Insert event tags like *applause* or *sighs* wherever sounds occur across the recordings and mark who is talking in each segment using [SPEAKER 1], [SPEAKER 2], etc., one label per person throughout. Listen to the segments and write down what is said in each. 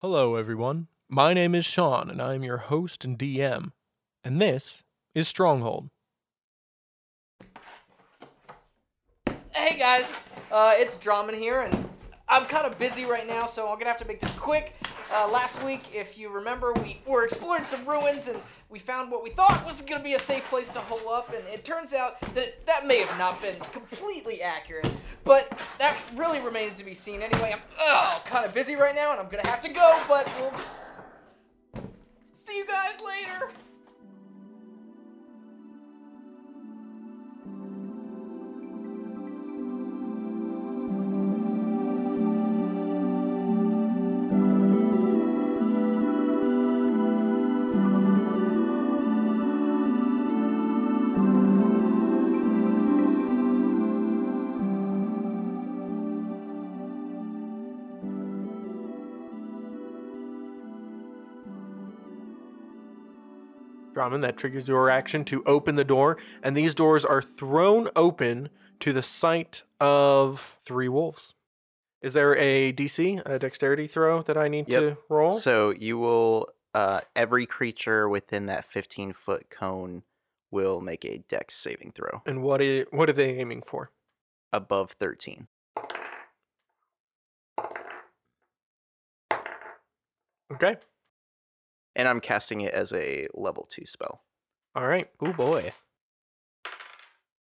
[SPEAKER 1] Hello, everyone. My name is Sean, and I am your host and DM. And this is Stronghold.
[SPEAKER 2] Hey guys, uh, it's Draman here, and I'm kind of busy right now, so I'm gonna have to make this quick. Uh, last week, if you remember, we were exploring some ruins, and we found what we thought was gonna be a safe place to hole up, and it turns out that that may have not been completely accurate, but that really remains to be seen. Anyway, I'm oh, kind of busy right now, and I'm gonna have to go, but we'll s- see you guys later.
[SPEAKER 1] Drummond, that triggers your action to open the door, and these doors are thrown open to the sight of three wolves. Is there a DC, a dexterity throw that I need
[SPEAKER 3] Yep.
[SPEAKER 1] to roll?
[SPEAKER 3] So you will uh every creature within that 15 foot cone will make a dex saving throw
[SPEAKER 1] and what, i- what are they aiming for?
[SPEAKER 3] above 13.
[SPEAKER 1] Okay.
[SPEAKER 3] And I'm casting it as a level 2 spell.
[SPEAKER 1] All right.
[SPEAKER 4] Oh boy.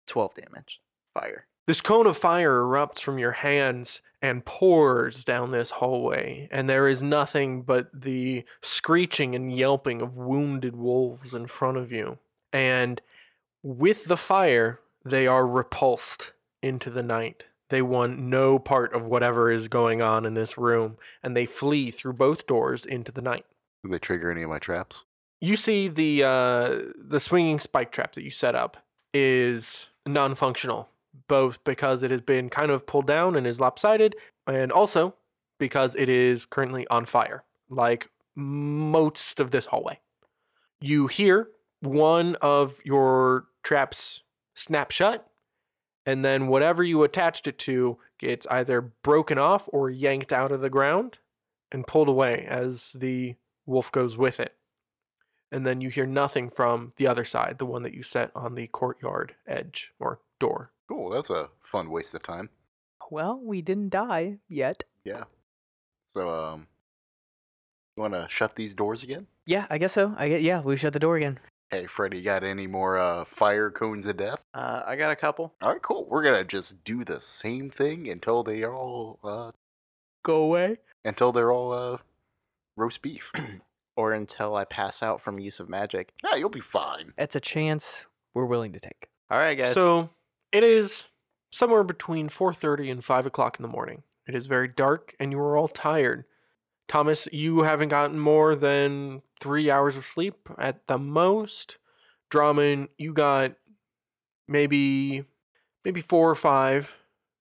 [SPEAKER 3] 12 damage. Fire.
[SPEAKER 1] This cone of fire erupts from your hands and pours down this hallway, and there is nothing but the screeching and yelping of wounded wolves in front of you. And with the fire, they are repulsed into the night. They want no part of whatever is going on in this room, and they flee through both doors into the night.
[SPEAKER 5] Did they trigger any of my traps?
[SPEAKER 1] You see the uh, the swinging spike trap that you set up is non-functional, both because it has been kind of pulled down and is lopsided, and also because it is currently on fire, like most of this hallway. You hear one of your traps snap shut, and then whatever you attached it to gets either broken off or yanked out of the ground and pulled away as the wolf goes with it and then you hear nothing from the other side, the one that you set on the courtyard edge or door.
[SPEAKER 5] Cool, that's a fun waste of time.
[SPEAKER 4] Well, we didn't die yet.
[SPEAKER 5] Yeah. So, um, you want to shut these doors again?
[SPEAKER 4] Yeah, I guess so. I get, yeah, we shut the door again.
[SPEAKER 5] Hey, Freddy, got any more uh, fire cones of death?
[SPEAKER 3] Uh I got a couple.
[SPEAKER 5] All right, cool. We're gonna just do the same thing until they all uh,
[SPEAKER 4] Go away.
[SPEAKER 5] until they're all uh, roast beef. *clears throat*
[SPEAKER 3] Or until I pass out from use of magic.
[SPEAKER 5] yeah, you'll be fine.
[SPEAKER 4] That's a chance we're willing to take.
[SPEAKER 3] All right, guys.
[SPEAKER 1] So it is somewhere between 4:30 and 5 o'clock in the morning. It is very dark, and you are all tired. Thomas, you haven't gotten more than three hours of sleep at the most. Drummond, you got maybe maybe four or five.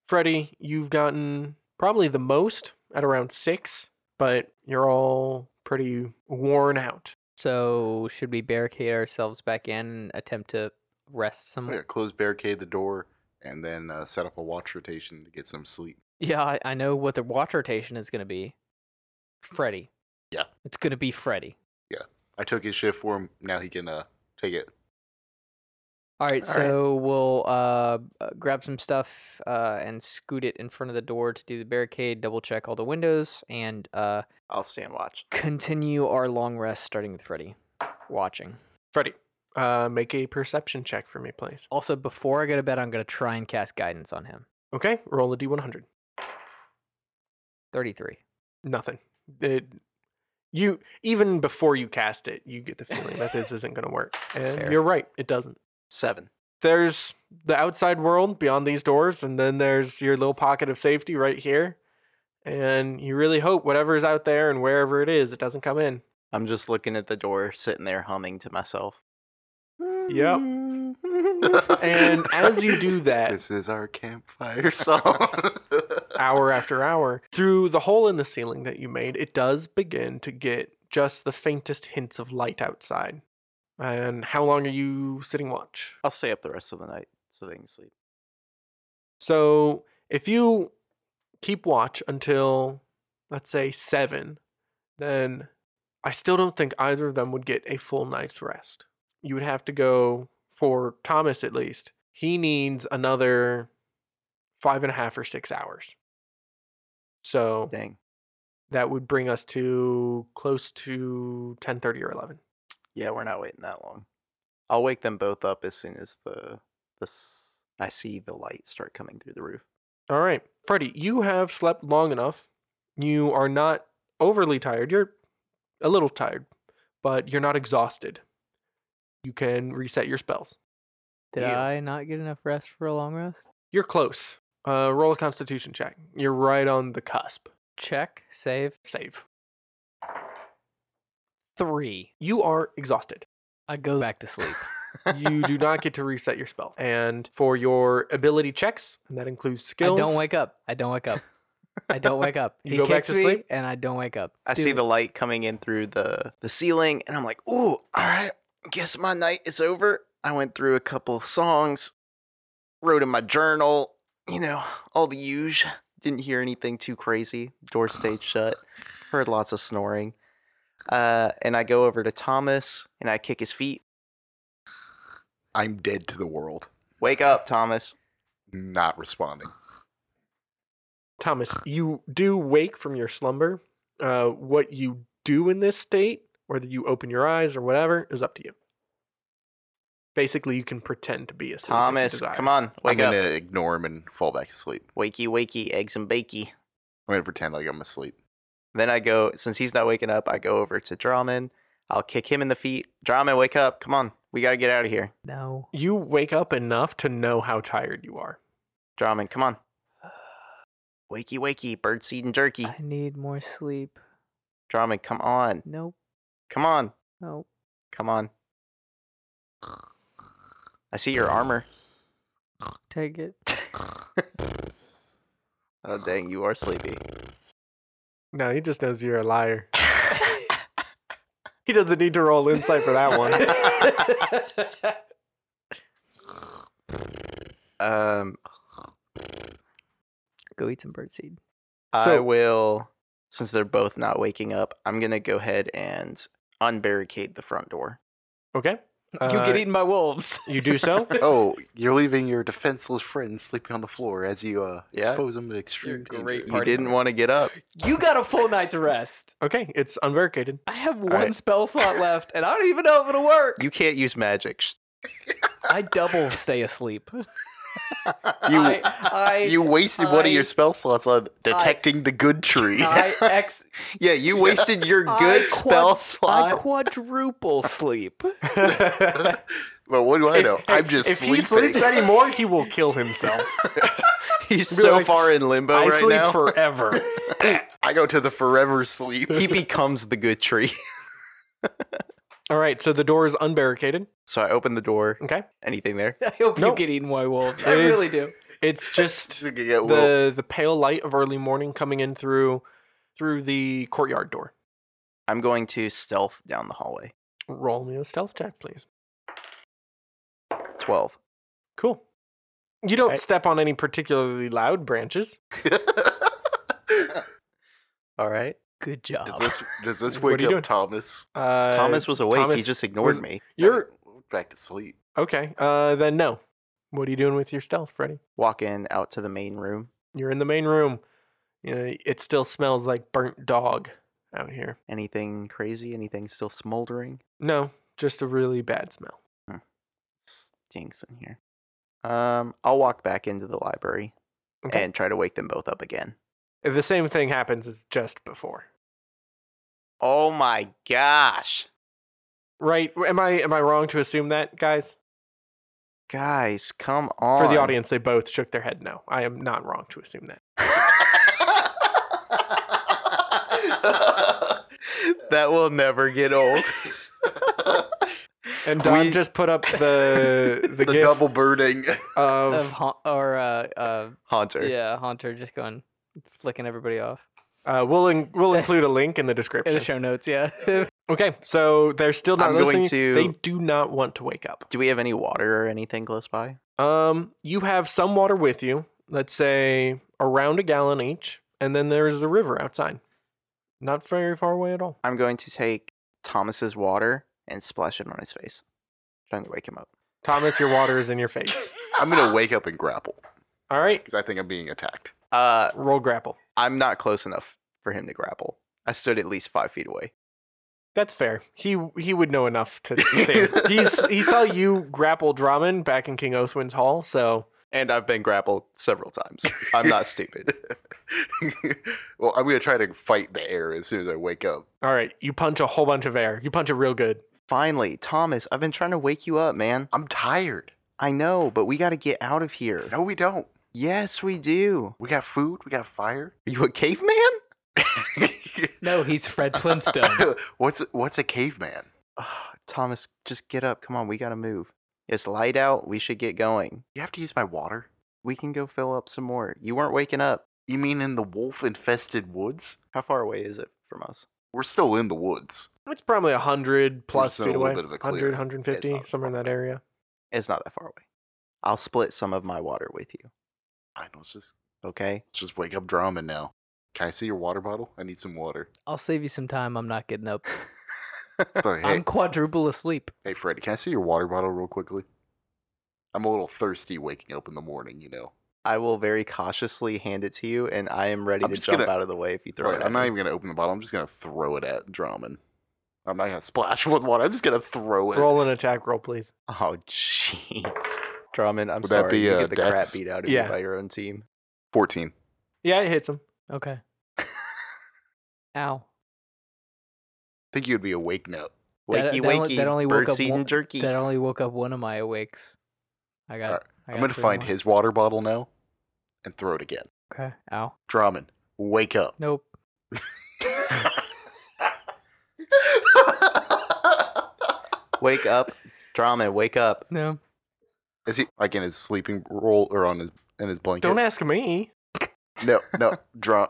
[SPEAKER 1] Freddie, you've gotten probably the most at around six, but you're all pretty worn out.
[SPEAKER 4] So, should we barricade ourselves back in and attempt to rest
[SPEAKER 5] I'm
[SPEAKER 4] some?
[SPEAKER 5] gonna close, barricade the door, and then uh, set up a watch rotation to get some sleep.
[SPEAKER 4] Yeah, I, I know what the watch rotation is going to be. Freddy.
[SPEAKER 5] Yeah.
[SPEAKER 4] It's going to be Freddy.
[SPEAKER 5] I took his shift for him. Now he can uh, take it.
[SPEAKER 4] All right,
[SPEAKER 3] All right.
[SPEAKER 4] so we'll uh, uh, grab some stuff uh, and scoot it in front of the door to do the barricade, double check all the windows, and uh, *laughs*
[SPEAKER 3] I'll stand watch.
[SPEAKER 4] continue our long rest starting with Freddy watching.
[SPEAKER 1] Freddie, uh, make a perception check for me, please.
[SPEAKER 4] Also, before I go to bed, I'm going to try and cast guidance on him.
[SPEAKER 1] Okay, roll a d100.
[SPEAKER 4] 33.
[SPEAKER 1] Nothing. It, you even before you cast it, you get the feeling that this isn't going to work, and
[SPEAKER 4] Fair.
[SPEAKER 1] you're right, it doesn't.
[SPEAKER 3] 7.
[SPEAKER 1] There's the outside world beyond these doors, and then there's your little pocket of safety right here. And you really hope whatever is out there and wherever it is, it doesn't come in.
[SPEAKER 3] I'm just looking at the door, sitting there humming to myself. Mm-hmm.
[SPEAKER 1] Yep.
[SPEAKER 5] *laughs*
[SPEAKER 1] And as you do that,
[SPEAKER 5] This *laughs* is our campfire song.
[SPEAKER 1] hour after hour. Through the hole in the ceiling that you made, it does begin to get just the faintest hints of light outside. And how long are you sitting watch?
[SPEAKER 3] I'll stay up the rest of the night so they can sleep.
[SPEAKER 1] So if you keep watch until, let's say, seven, then I still don't think either of them would get a full night's rest. You would have to go, for Thomas at least, he needs another five and a half or six hours. So
[SPEAKER 3] Dang.
[SPEAKER 1] that would bring us to close to 10.30 or 11.
[SPEAKER 3] Yeah, we're not waiting that long. I'll wake them both up as soon as the this I see the light start coming through the roof.
[SPEAKER 1] All right, Freddie, you have slept long enough. You are not overly tired. You're a little tired, but you're not exhausted. You can reset your spells.
[SPEAKER 4] Did
[SPEAKER 3] Yeah.
[SPEAKER 4] I not get enough rest for a long rest?
[SPEAKER 1] You're close. Uh, roll a Constitution check. You're right on the cusp.
[SPEAKER 4] Check, save,
[SPEAKER 1] Save.
[SPEAKER 4] three.
[SPEAKER 1] You are exhausted.
[SPEAKER 4] I go back to sleep.
[SPEAKER 1] You
[SPEAKER 4] *laughs*
[SPEAKER 1] do not get to reset your spells. And for your ability checks, and that includes skills.
[SPEAKER 4] I don't wake up. I don't *laughs* wake up. I don't wake up.
[SPEAKER 1] You
[SPEAKER 4] he
[SPEAKER 1] go back
[SPEAKER 4] kicks
[SPEAKER 1] to
[SPEAKER 4] me,
[SPEAKER 1] sleep?
[SPEAKER 4] and I don't wake up.
[SPEAKER 3] I see
[SPEAKER 4] Dude,
[SPEAKER 3] the light coming in through the the ceiling, and I'm like, "Ooh, all right, guess my night is over." I went through a couple of songs, wrote in my journal, you know, all the usual. Didn't hear anything too crazy. Door stayed shut. Heard lots of snoring. Uh, and I go over to Thomas and I kick his feet.
[SPEAKER 5] *laughs* I'm dead to the world.
[SPEAKER 3] Wake up, Thomas.
[SPEAKER 5] Not responding.
[SPEAKER 1] Thomas, you do wake from your slumber. Uh, what you do in this state, whether you open your eyes or whatever, is up to you. Basically, you can pretend to be asleep.
[SPEAKER 3] Thomas, come on, wake
[SPEAKER 5] I'm
[SPEAKER 3] up.
[SPEAKER 5] gonna ignore him and fall back asleep.
[SPEAKER 3] Wakey, wakey, eggs and bakey.
[SPEAKER 5] I'm gonna pretend like I'm asleep.
[SPEAKER 3] Then I go, since he's not waking up, I go over to Draman. I'll kick him in the feet. Draman, wake up. Come on. We got to get out of here.
[SPEAKER 4] no.
[SPEAKER 1] You wake up enough to know how tired you are.
[SPEAKER 3] Draman, come on. *sighs* Wakey, wakey, birdseed and jerky.
[SPEAKER 4] I need more sleep.
[SPEAKER 3] Draman, come on.
[SPEAKER 4] Nope.
[SPEAKER 3] Come on.
[SPEAKER 4] Nope.
[SPEAKER 3] Come on. I see your armor.
[SPEAKER 4] Take it.
[SPEAKER 3] *laughs* Oh, dang, you are sleepy.
[SPEAKER 1] No, he just knows you're a liar. He doesn't need to roll insight for that one.
[SPEAKER 4] *laughs*
[SPEAKER 3] um,
[SPEAKER 4] Go eat some birdseed.
[SPEAKER 3] I
[SPEAKER 1] So-
[SPEAKER 3] will, since they're both not waking up, I'm going to go ahead and unbarricade the front door.
[SPEAKER 1] *laughs* Okay. Uh,
[SPEAKER 4] eaten
[SPEAKER 1] *laughs*
[SPEAKER 4] by wolves.
[SPEAKER 1] You do so.
[SPEAKER 5] Oh, you're leaving your defenseless friend sleeping on the floor as you uh,
[SPEAKER 3] Yeah.
[SPEAKER 5] expose him to extreme
[SPEAKER 4] great
[SPEAKER 5] danger.
[SPEAKER 3] You
[SPEAKER 4] Party
[SPEAKER 3] didn't
[SPEAKER 4] time.
[SPEAKER 3] want to get up.
[SPEAKER 4] You got a full night's rest.
[SPEAKER 1] Okay, it's unbarricaded.
[SPEAKER 4] I have one
[SPEAKER 3] right.
[SPEAKER 4] spell slot left, and I don't even know if it'll work.
[SPEAKER 3] You can't use magic. Sh-
[SPEAKER 4] *laughs*
[SPEAKER 3] *laughs*
[SPEAKER 4] I double stay asleep.
[SPEAKER 5] You,
[SPEAKER 4] I, I,
[SPEAKER 5] you wasted one of
[SPEAKER 4] I-
[SPEAKER 5] your spell slots on detecting the good tree. *laughs*
[SPEAKER 4] I ex.
[SPEAKER 3] Yeah, you wasted your
[SPEAKER 4] I
[SPEAKER 3] good spell
[SPEAKER 4] quad- I
[SPEAKER 3] slot.
[SPEAKER 4] quadruple sleep.
[SPEAKER 5] well, what do I know?
[SPEAKER 1] If-
[SPEAKER 5] I'm just
[SPEAKER 1] if
[SPEAKER 5] sleeping.
[SPEAKER 1] he sleeps anymore, he will kill himself.
[SPEAKER 3] He's
[SPEAKER 1] Be
[SPEAKER 3] so
[SPEAKER 1] like,
[SPEAKER 3] far in limbo
[SPEAKER 1] I
[SPEAKER 3] right
[SPEAKER 1] sleep *laughs*
[SPEAKER 3] now.
[SPEAKER 1] forever.
[SPEAKER 5] *laughs* I go to the
[SPEAKER 3] *laughs*
[SPEAKER 5] forever sleep. *laughs*
[SPEAKER 3] he becomes the good tree. *laughs*
[SPEAKER 1] All right, so the door is unbarricaded.
[SPEAKER 3] So I open the door.
[SPEAKER 1] Okay.
[SPEAKER 3] Anything there?
[SPEAKER 4] *laughs* I hope
[SPEAKER 1] Nope.
[SPEAKER 4] you get eaten by wolves.
[SPEAKER 1] It
[SPEAKER 4] I
[SPEAKER 1] is-
[SPEAKER 4] really do.
[SPEAKER 1] It's just
[SPEAKER 5] You get a little-
[SPEAKER 1] the the pale light of early morning coming in through through the courtyard door.
[SPEAKER 3] I'm going to stealth down the hallway.
[SPEAKER 1] Roll me a stealth check, please.
[SPEAKER 3] Twelve.
[SPEAKER 1] Cool. You don't
[SPEAKER 4] Right.
[SPEAKER 1] step on any particularly loud branches.
[SPEAKER 3] All right.
[SPEAKER 4] Good job.
[SPEAKER 5] does this, does
[SPEAKER 1] *laughs*
[SPEAKER 5] this
[SPEAKER 1] What are
[SPEAKER 5] wake
[SPEAKER 1] you
[SPEAKER 5] up
[SPEAKER 1] doing?
[SPEAKER 5] Thomas?
[SPEAKER 1] Uh,
[SPEAKER 3] Thomas was awake. he
[SPEAKER 1] Thomas
[SPEAKER 3] just ignored
[SPEAKER 1] was-
[SPEAKER 3] me.
[SPEAKER 1] *laughs* You're
[SPEAKER 5] back to sleep.
[SPEAKER 1] okay. Uh, then no. What are you doing with your stealth, Freddy?
[SPEAKER 3] Walk in out to the main room,
[SPEAKER 1] You're in the main room. You know, it still smells like burnt dog out here.
[SPEAKER 3] anything crazy? Anything still smoldering?
[SPEAKER 1] No, just a really bad smell.
[SPEAKER 3] Stinks in here. Um, I'll walk back into the library
[SPEAKER 1] Okay.
[SPEAKER 3] and try to wake them both up again.
[SPEAKER 1] The same thing happens as just before.
[SPEAKER 3] Oh my gosh.
[SPEAKER 1] Right? Am I am I wrong to assume that, guys?
[SPEAKER 3] Guys, come on.
[SPEAKER 1] For the audience, they both shook their head no. I am not wrong to assume that.
[SPEAKER 3] *laughs* that will never get old.
[SPEAKER 1] And Don
[SPEAKER 3] We-
[SPEAKER 1] just put up the the,
[SPEAKER 5] The
[SPEAKER 1] gif
[SPEAKER 5] double
[SPEAKER 1] *laughs*
[SPEAKER 5] birding.
[SPEAKER 1] of,
[SPEAKER 4] of Um, ha- or uh, uh,
[SPEAKER 3] Haunter.
[SPEAKER 4] yeah, Haunter just going flicking everybody off
[SPEAKER 1] uh, we'll in, we'll include a link in the
[SPEAKER 4] in
[SPEAKER 1] description.
[SPEAKER 4] the show notes. Yeah,
[SPEAKER 1] Okay, so they're still not
[SPEAKER 3] I'm going
[SPEAKER 1] listening. They
[SPEAKER 3] to-
[SPEAKER 1] do not want to wake up.
[SPEAKER 3] Do we have any water or anything close by?
[SPEAKER 1] Um, you have some water with you. Let's say around a gallon each, and then there is the river outside. Not very far away at all.
[SPEAKER 3] I'm going to take Thomas's water and splash it on his face, trying to wake him up.
[SPEAKER 1] Thomas, your water is in your face.
[SPEAKER 5] I'm gonna wake up and grapple
[SPEAKER 1] All right,
[SPEAKER 5] because I think I'm being attacked. *laughs*
[SPEAKER 3] Uh,
[SPEAKER 1] roll grapple.
[SPEAKER 3] I'm not close enough for him to grapple. I stood at least five feet away.
[SPEAKER 1] That's fair. He he would know enough
[SPEAKER 3] *laughs*
[SPEAKER 1] to stand. He's he saw you grapple Drummond back in King Othwin's hall, so
[SPEAKER 3] And I've been grappled several times. I'm *laughs* not stupid.
[SPEAKER 5] well, I'm gonna try to fight the air as soon as I
[SPEAKER 1] *laughs*
[SPEAKER 5] wake up.
[SPEAKER 1] all right, you punch a whole bunch of air. You punch it real good.
[SPEAKER 3] Finally, Thomas, I've been trying to wake you up, man.
[SPEAKER 5] I'm tired.
[SPEAKER 3] I know, but we got to get out of here.
[SPEAKER 5] No, we don't.
[SPEAKER 3] Yes, we do.
[SPEAKER 5] We got food. We got fire.
[SPEAKER 3] Are you a caveman?
[SPEAKER 4] No, he's Fred
[SPEAKER 5] *laughs*
[SPEAKER 4] Flintstone.
[SPEAKER 5] what's what's a caveman?
[SPEAKER 3] Ugh, Thomas, just get up. Come on, we got to move. It's light out. We should get going.
[SPEAKER 5] You have to use my water.
[SPEAKER 3] We can go fill up some more. You weren't waking up.
[SPEAKER 5] You mean in the wolf-infested woods?
[SPEAKER 3] How far away is it from us?
[SPEAKER 5] We're still in the woods.
[SPEAKER 1] It's probably a hundred plus
[SPEAKER 5] just in a
[SPEAKER 1] feet
[SPEAKER 5] little
[SPEAKER 1] away.
[SPEAKER 5] bit of a
[SPEAKER 1] 100,
[SPEAKER 5] clearing.
[SPEAKER 1] 150,
[SPEAKER 3] It's not
[SPEAKER 1] somewhere in that area.
[SPEAKER 3] It's not that far away. I'll split some of my water with you,
[SPEAKER 5] I know. Let's just
[SPEAKER 3] okay?
[SPEAKER 5] let's just wake up Drummond now. Can I see your water bottle? I need some water.
[SPEAKER 4] I'll save you some time. I'm not getting up.
[SPEAKER 5] Sorry, hey,
[SPEAKER 4] I'm quadruple asleep.
[SPEAKER 5] hey, Freddy, can I see your water bottle real quickly? I'm a little thirsty waking up in the morning, you know.
[SPEAKER 3] I will very cautiously hand it to you, and I am ready
[SPEAKER 5] I'm
[SPEAKER 3] to
[SPEAKER 5] just
[SPEAKER 3] jump
[SPEAKER 5] gonna-
[SPEAKER 3] out of the way if you throw
[SPEAKER 5] Sorry,
[SPEAKER 3] it.
[SPEAKER 5] I'm
[SPEAKER 3] at
[SPEAKER 5] not
[SPEAKER 3] me.
[SPEAKER 5] even gonna open the bottle. I'm just gonna throw it at Drummond. I'm not gonna splash *laughs* with water. I'm just gonna throw it.
[SPEAKER 1] Roll an attack roll, please.
[SPEAKER 3] *laughs* Oh, jeez, Drummond, I'm
[SPEAKER 5] Would that
[SPEAKER 3] sorry.
[SPEAKER 5] be,
[SPEAKER 3] you
[SPEAKER 5] uh,
[SPEAKER 3] get the crap
[SPEAKER 5] Dex?
[SPEAKER 3] beat out of
[SPEAKER 1] Yeah.
[SPEAKER 3] you by your own team.
[SPEAKER 5] 14.
[SPEAKER 1] Yeah, it hits him.
[SPEAKER 4] Okay. Ow.
[SPEAKER 5] I think you'd be awake now.
[SPEAKER 4] That- uh,
[SPEAKER 3] Wakey,
[SPEAKER 4] that
[SPEAKER 3] wakey,
[SPEAKER 4] only- that only woke
[SPEAKER 3] bird
[SPEAKER 4] up
[SPEAKER 3] seed
[SPEAKER 4] one-
[SPEAKER 3] and jerky.
[SPEAKER 4] That only woke up one of my awakes. I got.
[SPEAKER 5] Alright,
[SPEAKER 4] I
[SPEAKER 5] I'm
[SPEAKER 4] got
[SPEAKER 5] gonna
[SPEAKER 4] three
[SPEAKER 5] find
[SPEAKER 4] more.
[SPEAKER 5] his water bottle now and throw it again.
[SPEAKER 4] Okay. Ow.
[SPEAKER 5] Drummond, wake
[SPEAKER 4] *laughs*
[SPEAKER 5] up.
[SPEAKER 4] Nope.
[SPEAKER 3] Wake up, Drummond, wake up.
[SPEAKER 4] No.
[SPEAKER 5] Is he like in his sleeping roll or on his in his blanket?
[SPEAKER 1] Don't ask me.
[SPEAKER 5] no, no, Drum,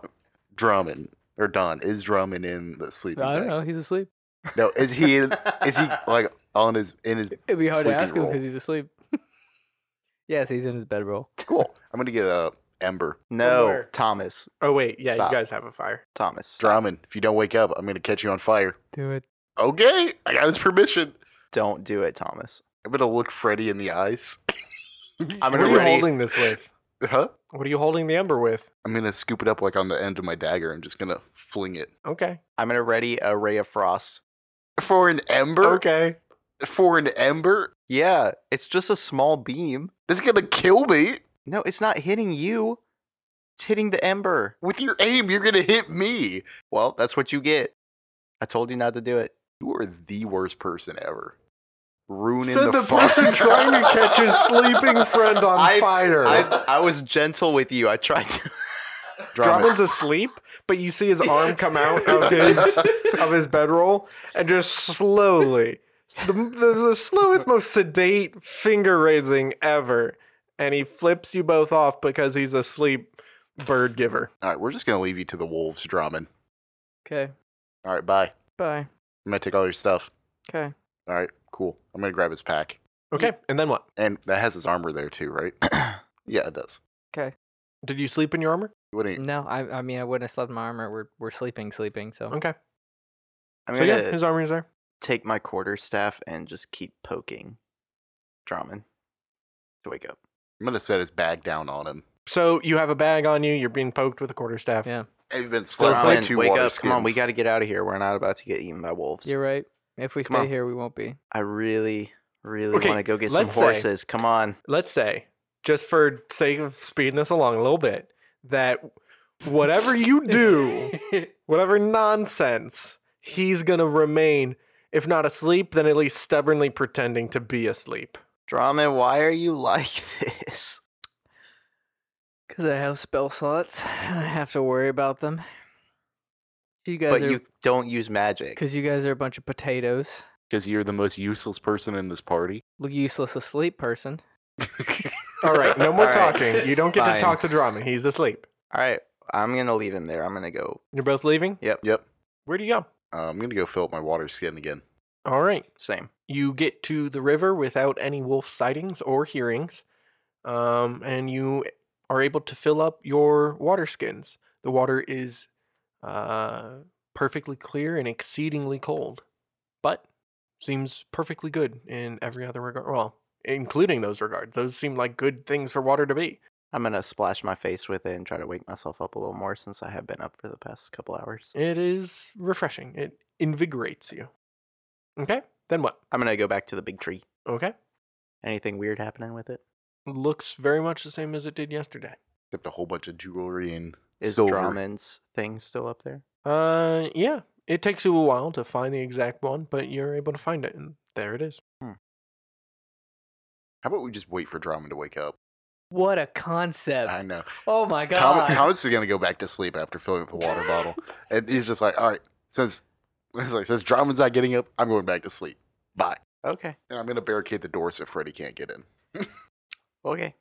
[SPEAKER 5] Drummond or Don is Drummond in the sleeping
[SPEAKER 4] I don't
[SPEAKER 5] bag?
[SPEAKER 4] know. He's asleep.
[SPEAKER 5] No, is he in,
[SPEAKER 3] *laughs*
[SPEAKER 5] is he *laughs* like on his in his
[SPEAKER 4] It'd be hard to
[SPEAKER 5] Sleeping
[SPEAKER 4] ask him
[SPEAKER 5] roll.
[SPEAKER 4] because he's asleep. *laughs* yes, he's in his bedroll.
[SPEAKER 5] cool? I'm gonna get uh, a ember.
[SPEAKER 3] No,
[SPEAKER 1] Somewhere.
[SPEAKER 3] Thomas,
[SPEAKER 1] Oh wait, yeah,
[SPEAKER 3] Stop.
[SPEAKER 1] you guys have a fire.
[SPEAKER 3] Thomas, stop.
[SPEAKER 5] Drummond, if you don't wake up, I'm gonna catch you on fire.
[SPEAKER 4] Do it.
[SPEAKER 5] Okay, I got his permission.
[SPEAKER 3] don't do it, Thomas.
[SPEAKER 5] I'm gonna look Freddy in the eyes.
[SPEAKER 3] I'm
[SPEAKER 1] What
[SPEAKER 3] gonna
[SPEAKER 1] are you
[SPEAKER 3] ready.
[SPEAKER 1] holding this with?
[SPEAKER 5] huh?
[SPEAKER 1] What are you holding the ember with?
[SPEAKER 5] I'm gonna scoop it up like on the end of my dagger. I'm just gonna fling it
[SPEAKER 1] Okay.
[SPEAKER 3] I'm gonna ready a ray of frost.
[SPEAKER 5] for an ember.
[SPEAKER 1] Okay.
[SPEAKER 5] For an ember,
[SPEAKER 3] Yeah, it's just a small beam.
[SPEAKER 5] this is gonna kill me.
[SPEAKER 3] No, it's not hitting you. It's hitting the ember.
[SPEAKER 5] With your aim, you're gonna hit me.
[SPEAKER 3] Well, that's what you get. I told you not to do it.
[SPEAKER 5] You are the worst person ever. Ruining
[SPEAKER 1] Said
[SPEAKER 5] the,
[SPEAKER 1] the person
[SPEAKER 5] fun.
[SPEAKER 1] trying to catch
[SPEAKER 3] *laughs*
[SPEAKER 5] *laughs*
[SPEAKER 1] his sleeping friend on
[SPEAKER 3] I-
[SPEAKER 1] fire.
[SPEAKER 3] I, I was gentle with you. I tried to.
[SPEAKER 1] Drummond's asleep, but you see his arm come out of his of his bedroll and just slowly, the, the, the slowest, most sedate finger raising ever, and he flips you both off because he's a sleep bird giver.
[SPEAKER 5] All right, we're just gonna leave you to the wolves, Drummond.
[SPEAKER 4] Okay.
[SPEAKER 5] All right, bye.
[SPEAKER 4] Bye.
[SPEAKER 5] I'm gonna take all your stuff.
[SPEAKER 4] Okay.
[SPEAKER 5] All right, cool. I'm gonna grab his pack,
[SPEAKER 1] Okay, and then what?
[SPEAKER 5] and that has his armor there too, right? *clears throat* yeah, it does. e-
[SPEAKER 4] Okay.
[SPEAKER 1] Did you sleep in your armor?
[SPEAKER 5] What do you-
[SPEAKER 4] No, I. I mean, I wouldn't have slept in my armor. We're we're sleeping, sleeping. So.
[SPEAKER 1] Okay,
[SPEAKER 3] I'm
[SPEAKER 1] so
[SPEAKER 3] gonna
[SPEAKER 1] yeah, his armor is there.
[SPEAKER 3] take my quarter staff and just keep poking Drummond to wake up.
[SPEAKER 5] I'm gonna set his bag down on him.
[SPEAKER 1] So you have a bag on you. You're being poked with a quarterstaff.
[SPEAKER 4] Yeah.
[SPEAKER 5] I've been
[SPEAKER 1] Well,
[SPEAKER 5] slept
[SPEAKER 1] it's
[SPEAKER 5] like
[SPEAKER 3] Drummond,
[SPEAKER 5] two
[SPEAKER 3] wake
[SPEAKER 5] water
[SPEAKER 3] up! Come on, we
[SPEAKER 5] skins.
[SPEAKER 3] got to get out of here. We're not about to get eaten by wolves.
[SPEAKER 4] You're right. If we
[SPEAKER 3] Come
[SPEAKER 4] stay
[SPEAKER 3] on.
[SPEAKER 4] here, we won't be.
[SPEAKER 3] I really, really
[SPEAKER 1] Okay,
[SPEAKER 3] want to go get some
[SPEAKER 1] let's say-
[SPEAKER 3] horses. Come on.
[SPEAKER 1] let's say, just for sake of speeding this along a little bit, that whatever you
[SPEAKER 4] *laughs*
[SPEAKER 1] do, *laughs* whatever nonsense, he's going to remain, if not asleep, then at least stubbornly pretending to be asleep.
[SPEAKER 3] Drummond, why are you *laughs* like this?
[SPEAKER 4] Because I have spell slots and I have to worry about them. You guys
[SPEAKER 3] But
[SPEAKER 4] are
[SPEAKER 3] you don't use magic.
[SPEAKER 4] because you guys are a bunch of potatoes.
[SPEAKER 5] because you're the most useless person in this party.
[SPEAKER 4] Look, useless asleep person.
[SPEAKER 1] All right,
[SPEAKER 3] *laughs*
[SPEAKER 1] no more
[SPEAKER 3] All right,
[SPEAKER 1] talking. You don't get to
[SPEAKER 3] fine.
[SPEAKER 1] talk to Drummond. He's asleep.
[SPEAKER 3] All right, I'm gonna leave him there. I'm gonna go.
[SPEAKER 1] You're both leaving?
[SPEAKER 5] Yep.
[SPEAKER 1] Where do you go?
[SPEAKER 5] Uh, I'm gonna go fill up my water skin again.
[SPEAKER 1] All right.
[SPEAKER 3] Same.
[SPEAKER 1] You get to the river without any wolf sightings or hearings, um, and you are able to fill up your water skins. The water is uh, perfectly clear and exceedingly cold, but seems perfectly good in every other regard. Well, including those regards, those seem like good things for water to be.
[SPEAKER 3] I'm gonna splash my face with it and try to wake myself up a little more since I have been up for the past couple hours.
[SPEAKER 1] It is refreshing. It invigorates you. Okay, then what?
[SPEAKER 3] I'm gonna go back to the big tree.
[SPEAKER 1] Okay,
[SPEAKER 3] Anything weird happening with it?
[SPEAKER 1] looks very much the same as it did yesterday.
[SPEAKER 5] Except a whole bunch of jewelry and
[SPEAKER 3] Is
[SPEAKER 5] silver.
[SPEAKER 3] Drummond's thing still up there?
[SPEAKER 1] Uh, yeah, it takes you a while to find the exact one, but you're able to find it, and there it is.
[SPEAKER 5] How about we just wait for Drummond to wake up?
[SPEAKER 4] What a concept.
[SPEAKER 5] I know.
[SPEAKER 4] Oh my god.
[SPEAKER 5] Tom,
[SPEAKER 4] *laughs*
[SPEAKER 5] Tom's just gonna go back to sleep after filling up
[SPEAKER 3] *laughs*
[SPEAKER 5] the water bottle, and he's just like, "All right, since *laughs* it's like since Drummond's not getting up, I'm going back to sleep. Bye."
[SPEAKER 3] Okay.
[SPEAKER 5] And I'm gonna barricade the door so Freddy can't get in.
[SPEAKER 3] Okay.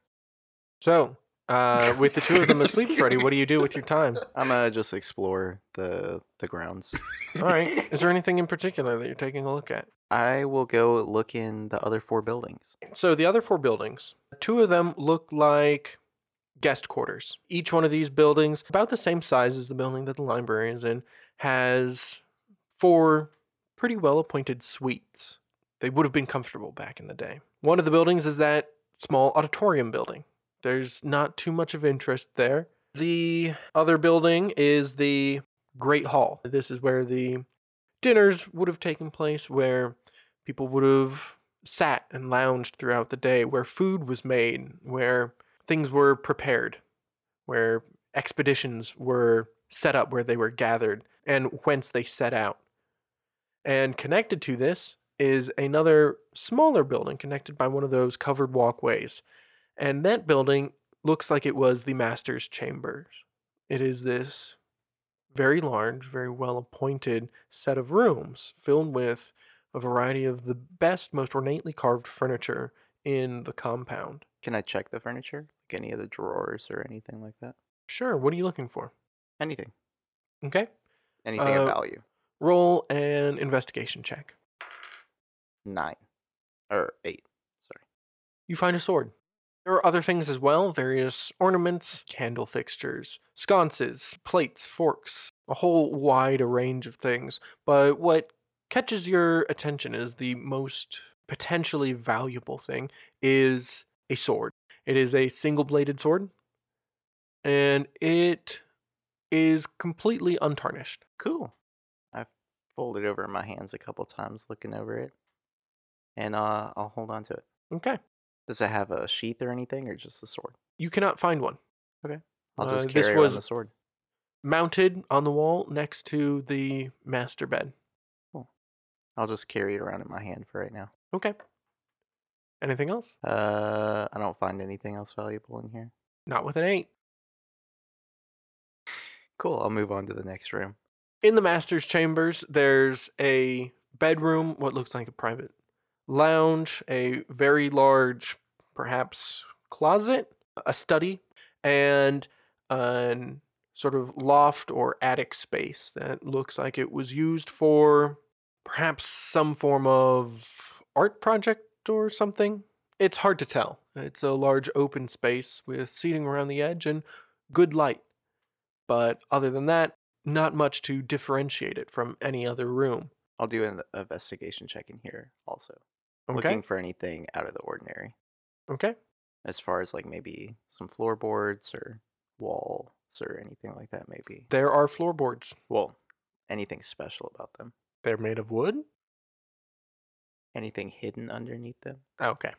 [SPEAKER 1] So, uh, with the two of them asleep, Freddy, what do you do with your time?
[SPEAKER 3] I'm gonna just explore the the grounds.
[SPEAKER 1] All right, is there anything in particular that you're taking a look at?
[SPEAKER 3] I will go look in the other four buildings.
[SPEAKER 1] So the other four buildings, two of them look like guest quarters. Each one of these buildings, about the same size as the building that the library is in, has four pretty well appointed suites. They would have been comfortable back in the day. One of the buildings is that small auditorium building. There's not too much of interest there. The other building is the Great Hall. This is where the dinners would have taken place, where people would have sat and lounged throughout the day, where food was made, where things were prepared, where expeditions were set up, where they were gathered, and whence they set out. And connected to this is another smaller building connected by one of those covered walkways. And that building looks like it was the master's chambers. It is this very large, very well appointed set of rooms filled with a variety of the best, most ornately carved furniture in the compound.
[SPEAKER 3] Can I check the furniture? Like any of the drawers or anything like that?
[SPEAKER 1] Sure, what are you looking for?
[SPEAKER 3] Anything.
[SPEAKER 1] Okay.
[SPEAKER 3] Anything
[SPEAKER 1] Uh,
[SPEAKER 3] of value.
[SPEAKER 1] Roll an investigation check.
[SPEAKER 3] Nine. Or eight. Sorry.
[SPEAKER 1] You find a sword. There are other things as well various ornaments, candle fixtures, sconces, plates, forks, a whole wide range of things. But what catches your attention is the most potentially valuable thing is a sword. It is a single bladed sword, and it is completely untarnished.
[SPEAKER 3] Cool. I've folded over in my hands a couple times looking over it. And uh, I'll hold on to it.
[SPEAKER 1] Okay.
[SPEAKER 3] Does it have a sheath or anything or just the sword?
[SPEAKER 1] You cannot find one.
[SPEAKER 3] I'll
[SPEAKER 1] Uh,
[SPEAKER 3] just carry
[SPEAKER 1] this
[SPEAKER 3] around
[SPEAKER 1] was-
[SPEAKER 3] the sword.
[SPEAKER 1] Mounted on the wall next to the master bed.
[SPEAKER 3] I'll just carry it around in my hand for right now.
[SPEAKER 1] Okay. Anything else?
[SPEAKER 3] Uh, I don't find anything else valuable in here.
[SPEAKER 1] Not with an eight.
[SPEAKER 3] Cool. I'll move on to the next room.
[SPEAKER 1] in the master's chambers there's a bedroom what looks like a private lounge a very large perhaps closet a study and an sort of loft or attic space that looks like it was used for perhaps some form of art project or something it's hard to tell it's a large open space with seating around the edge and good light but other than that not much to differentiate it from any other room.
[SPEAKER 3] I'll do an investigation check in here also.
[SPEAKER 1] Okay.
[SPEAKER 3] Looking for anything out of the ordinary
[SPEAKER 1] Okay.
[SPEAKER 3] as far as like maybe some floorboards or walls or anything like that, maybe.
[SPEAKER 1] There are floorboards.
[SPEAKER 3] Well, anything special about them?
[SPEAKER 1] They're made of wood.
[SPEAKER 3] Anything hidden underneath them?
[SPEAKER 1] Okay.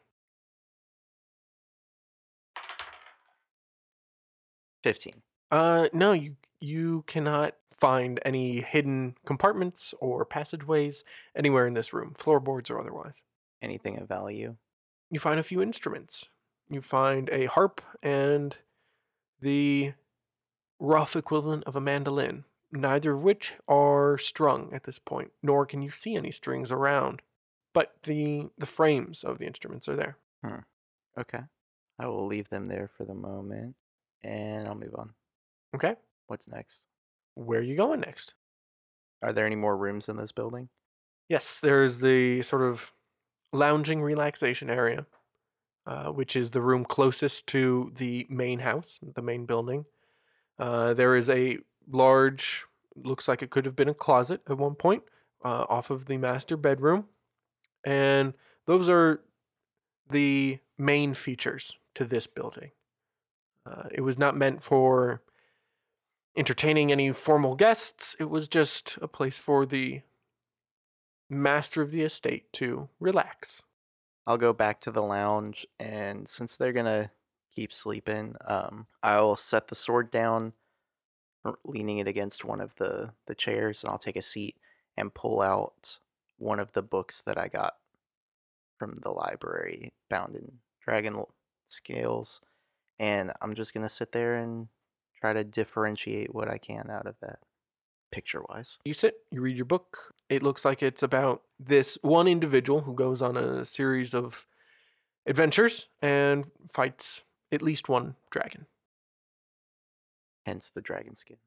[SPEAKER 3] 15.
[SPEAKER 1] Uh no, you you cannot find any hidden compartments or passageways anywhere in this room, floorboards or otherwise.
[SPEAKER 3] Anything of value?
[SPEAKER 1] You find a few instruments. You find a harp and the rough equivalent of a mandolin, neither of which are strung at this point, nor can you see any strings around. But the the frames of the instruments are there.
[SPEAKER 3] Okay. I will leave them there for the moment and I'll move on.
[SPEAKER 1] Okay.
[SPEAKER 3] What's next?
[SPEAKER 1] Where are you going next?
[SPEAKER 3] Are there any more rooms in this building?
[SPEAKER 1] Yes, there's the sort of lounging relaxation area, uh, which is the room closest to the main house, the main building. Uh, there is a large Looks like it could have been a closet at one point uh, off of the master bedroom. And those are the main features to this building. Uh, it was not meant for entertaining any formal guests, it was just a place for the master of the estate to relax.
[SPEAKER 3] I'll go back to the lounge, and since they're gonna keep sleeping, um, I'll set the sword down, r- leaning it against one of the the chairs, and I'll take a seat and pull out one of the books that I got from the library, bound in dragon l- scales, and I'm just gonna sit there and try to differentiate what I can out of that, picture wise.
[SPEAKER 1] You sit, you read your book. It looks like it's about this one individual who goes on a series of adventures and fights at least one dragon,
[SPEAKER 3] Hence the dragon skin.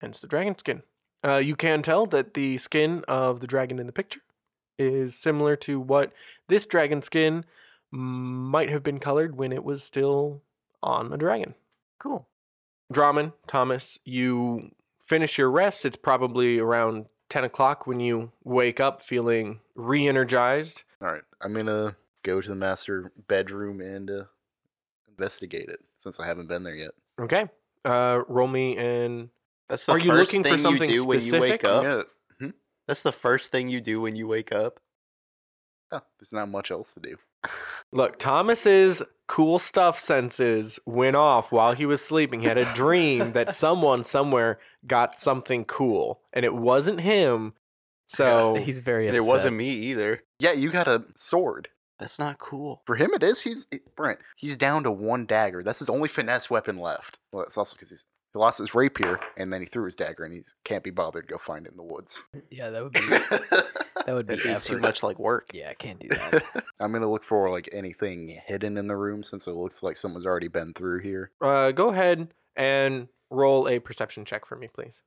[SPEAKER 1] hence the dragon skin. Uh, you can tell that the skin of the dragon in the picture is similar to what this dragon skin might have been colored when it was still on a dragon.
[SPEAKER 3] Cool.
[SPEAKER 1] Draman, Thomas, you finish your rest. It's probably around 10 o'clock when you wake up feeling re energized.
[SPEAKER 5] All right, I'm gonna go to the master bedroom and uh, investigate it since I haven't been there yet.
[SPEAKER 1] Okay. Uh, roll me and
[SPEAKER 3] That's the
[SPEAKER 1] Are you
[SPEAKER 3] first
[SPEAKER 1] looking for
[SPEAKER 3] thing
[SPEAKER 1] something
[SPEAKER 3] you do when you
[SPEAKER 1] specific?
[SPEAKER 3] wake up.
[SPEAKER 5] Yeah,
[SPEAKER 3] That's the first thing you do when you wake up.
[SPEAKER 5] huh, there's not much else to do.
[SPEAKER 1] look, Thomas's cool stuff senses went off while he was sleeping. He had a dream that someone somewhere got something cool, and it wasn't him.
[SPEAKER 3] oh,
[SPEAKER 1] So
[SPEAKER 4] *laughs* He's very
[SPEAKER 3] It
[SPEAKER 4] upset.
[SPEAKER 3] wasn't me either.
[SPEAKER 5] Yeah, you got a sword.
[SPEAKER 3] That's not cool.
[SPEAKER 5] For him, it is. He's it- Brent. He's down to one dagger. That's his only finesse weapon left. Well, that's also because he's he lost his rapier and then he threw his dagger and he can't be bothered to go find it in the woods.
[SPEAKER 4] Yeah,
[SPEAKER 3] *laughs*
[SPEAKER 4] that would be *laughs* that would be
[SPEAKER 3] That'd be
[SPEAKER 4] effort.
[SPEAKER 3] too much like work.
[SPEAKER 4] Yeah, I can't do that.
[SPEAKER 5] I'm gonna look for like anything hidden in the room since it looks like someone's already been through here.
[SPEAKER 1] uh, go ahead and roll a perception check for me, please.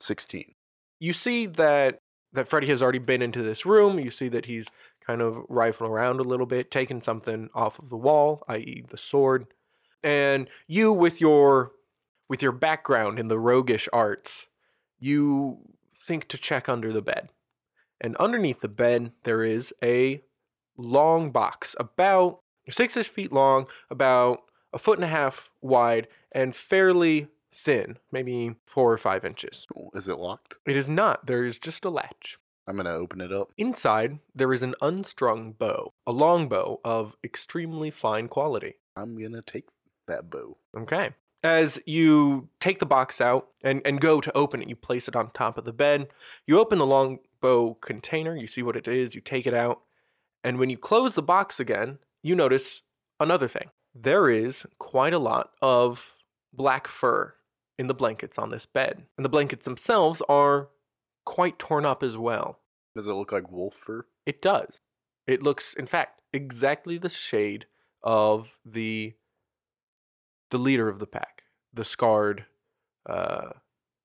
[SPEAKER 5] Sixteen.
[SPEAKER 1] you see that that Freddy has already been into this room. You see that he's kind of rifling around a little bit, taking something off of the wall, i.e., the sword. And you, with your with your background in the roguish arts, you think to check under the bed. And underneath the bed, there is a long box, about six ish feet long, about a foot and a half wide, and fairly thin, maybe four or five inches.
[SPEAKER 5] Cool. Is it locked?
[SPEAKER 1] It is not. There is just a latch.
[SPEAKER 5] I'm gonna open it up.
[SPEAKER 1] Inside, there is an unstrung bow, a long bow of extremely fine quality.
[SPEAKER 5] I'm gonna take that bow.
[SPEAKER 1] Okay. As you take the box out and, and go to open it, you place it on top of the bed. You open the long bow container, you see what it is, you take it out. And when you close the box again, you notice another thing. There is quite a lot of black fur in the blankets on this bed. And the blankets themselves are quite torn up as well.
[SPEAKER 5] Does it look like wolf fur?
[SPEAKER 1] It does. It looks, in fact, exactly the shade of the the leader of the pack, the scarred, uh,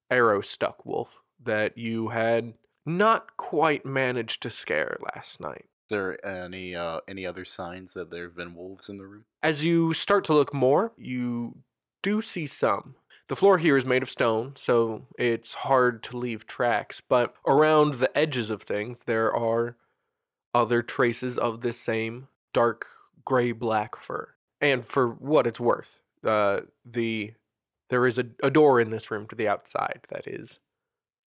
[SPEAKER 1] arrow stuck wolf that you had not quite managed to scare last night.
[SPEAKER 5] Is there any uh, any other signs that there have been wolves in the room?
[SPEAKER 1] As you start to look more, you do see some. The floor here is made of stone, so it's hard to leave tracks, but around the edges of things, there are other traces of this same dark gray black fur. And for what it's worth, uh, the there is a, a door in this room to the outside that is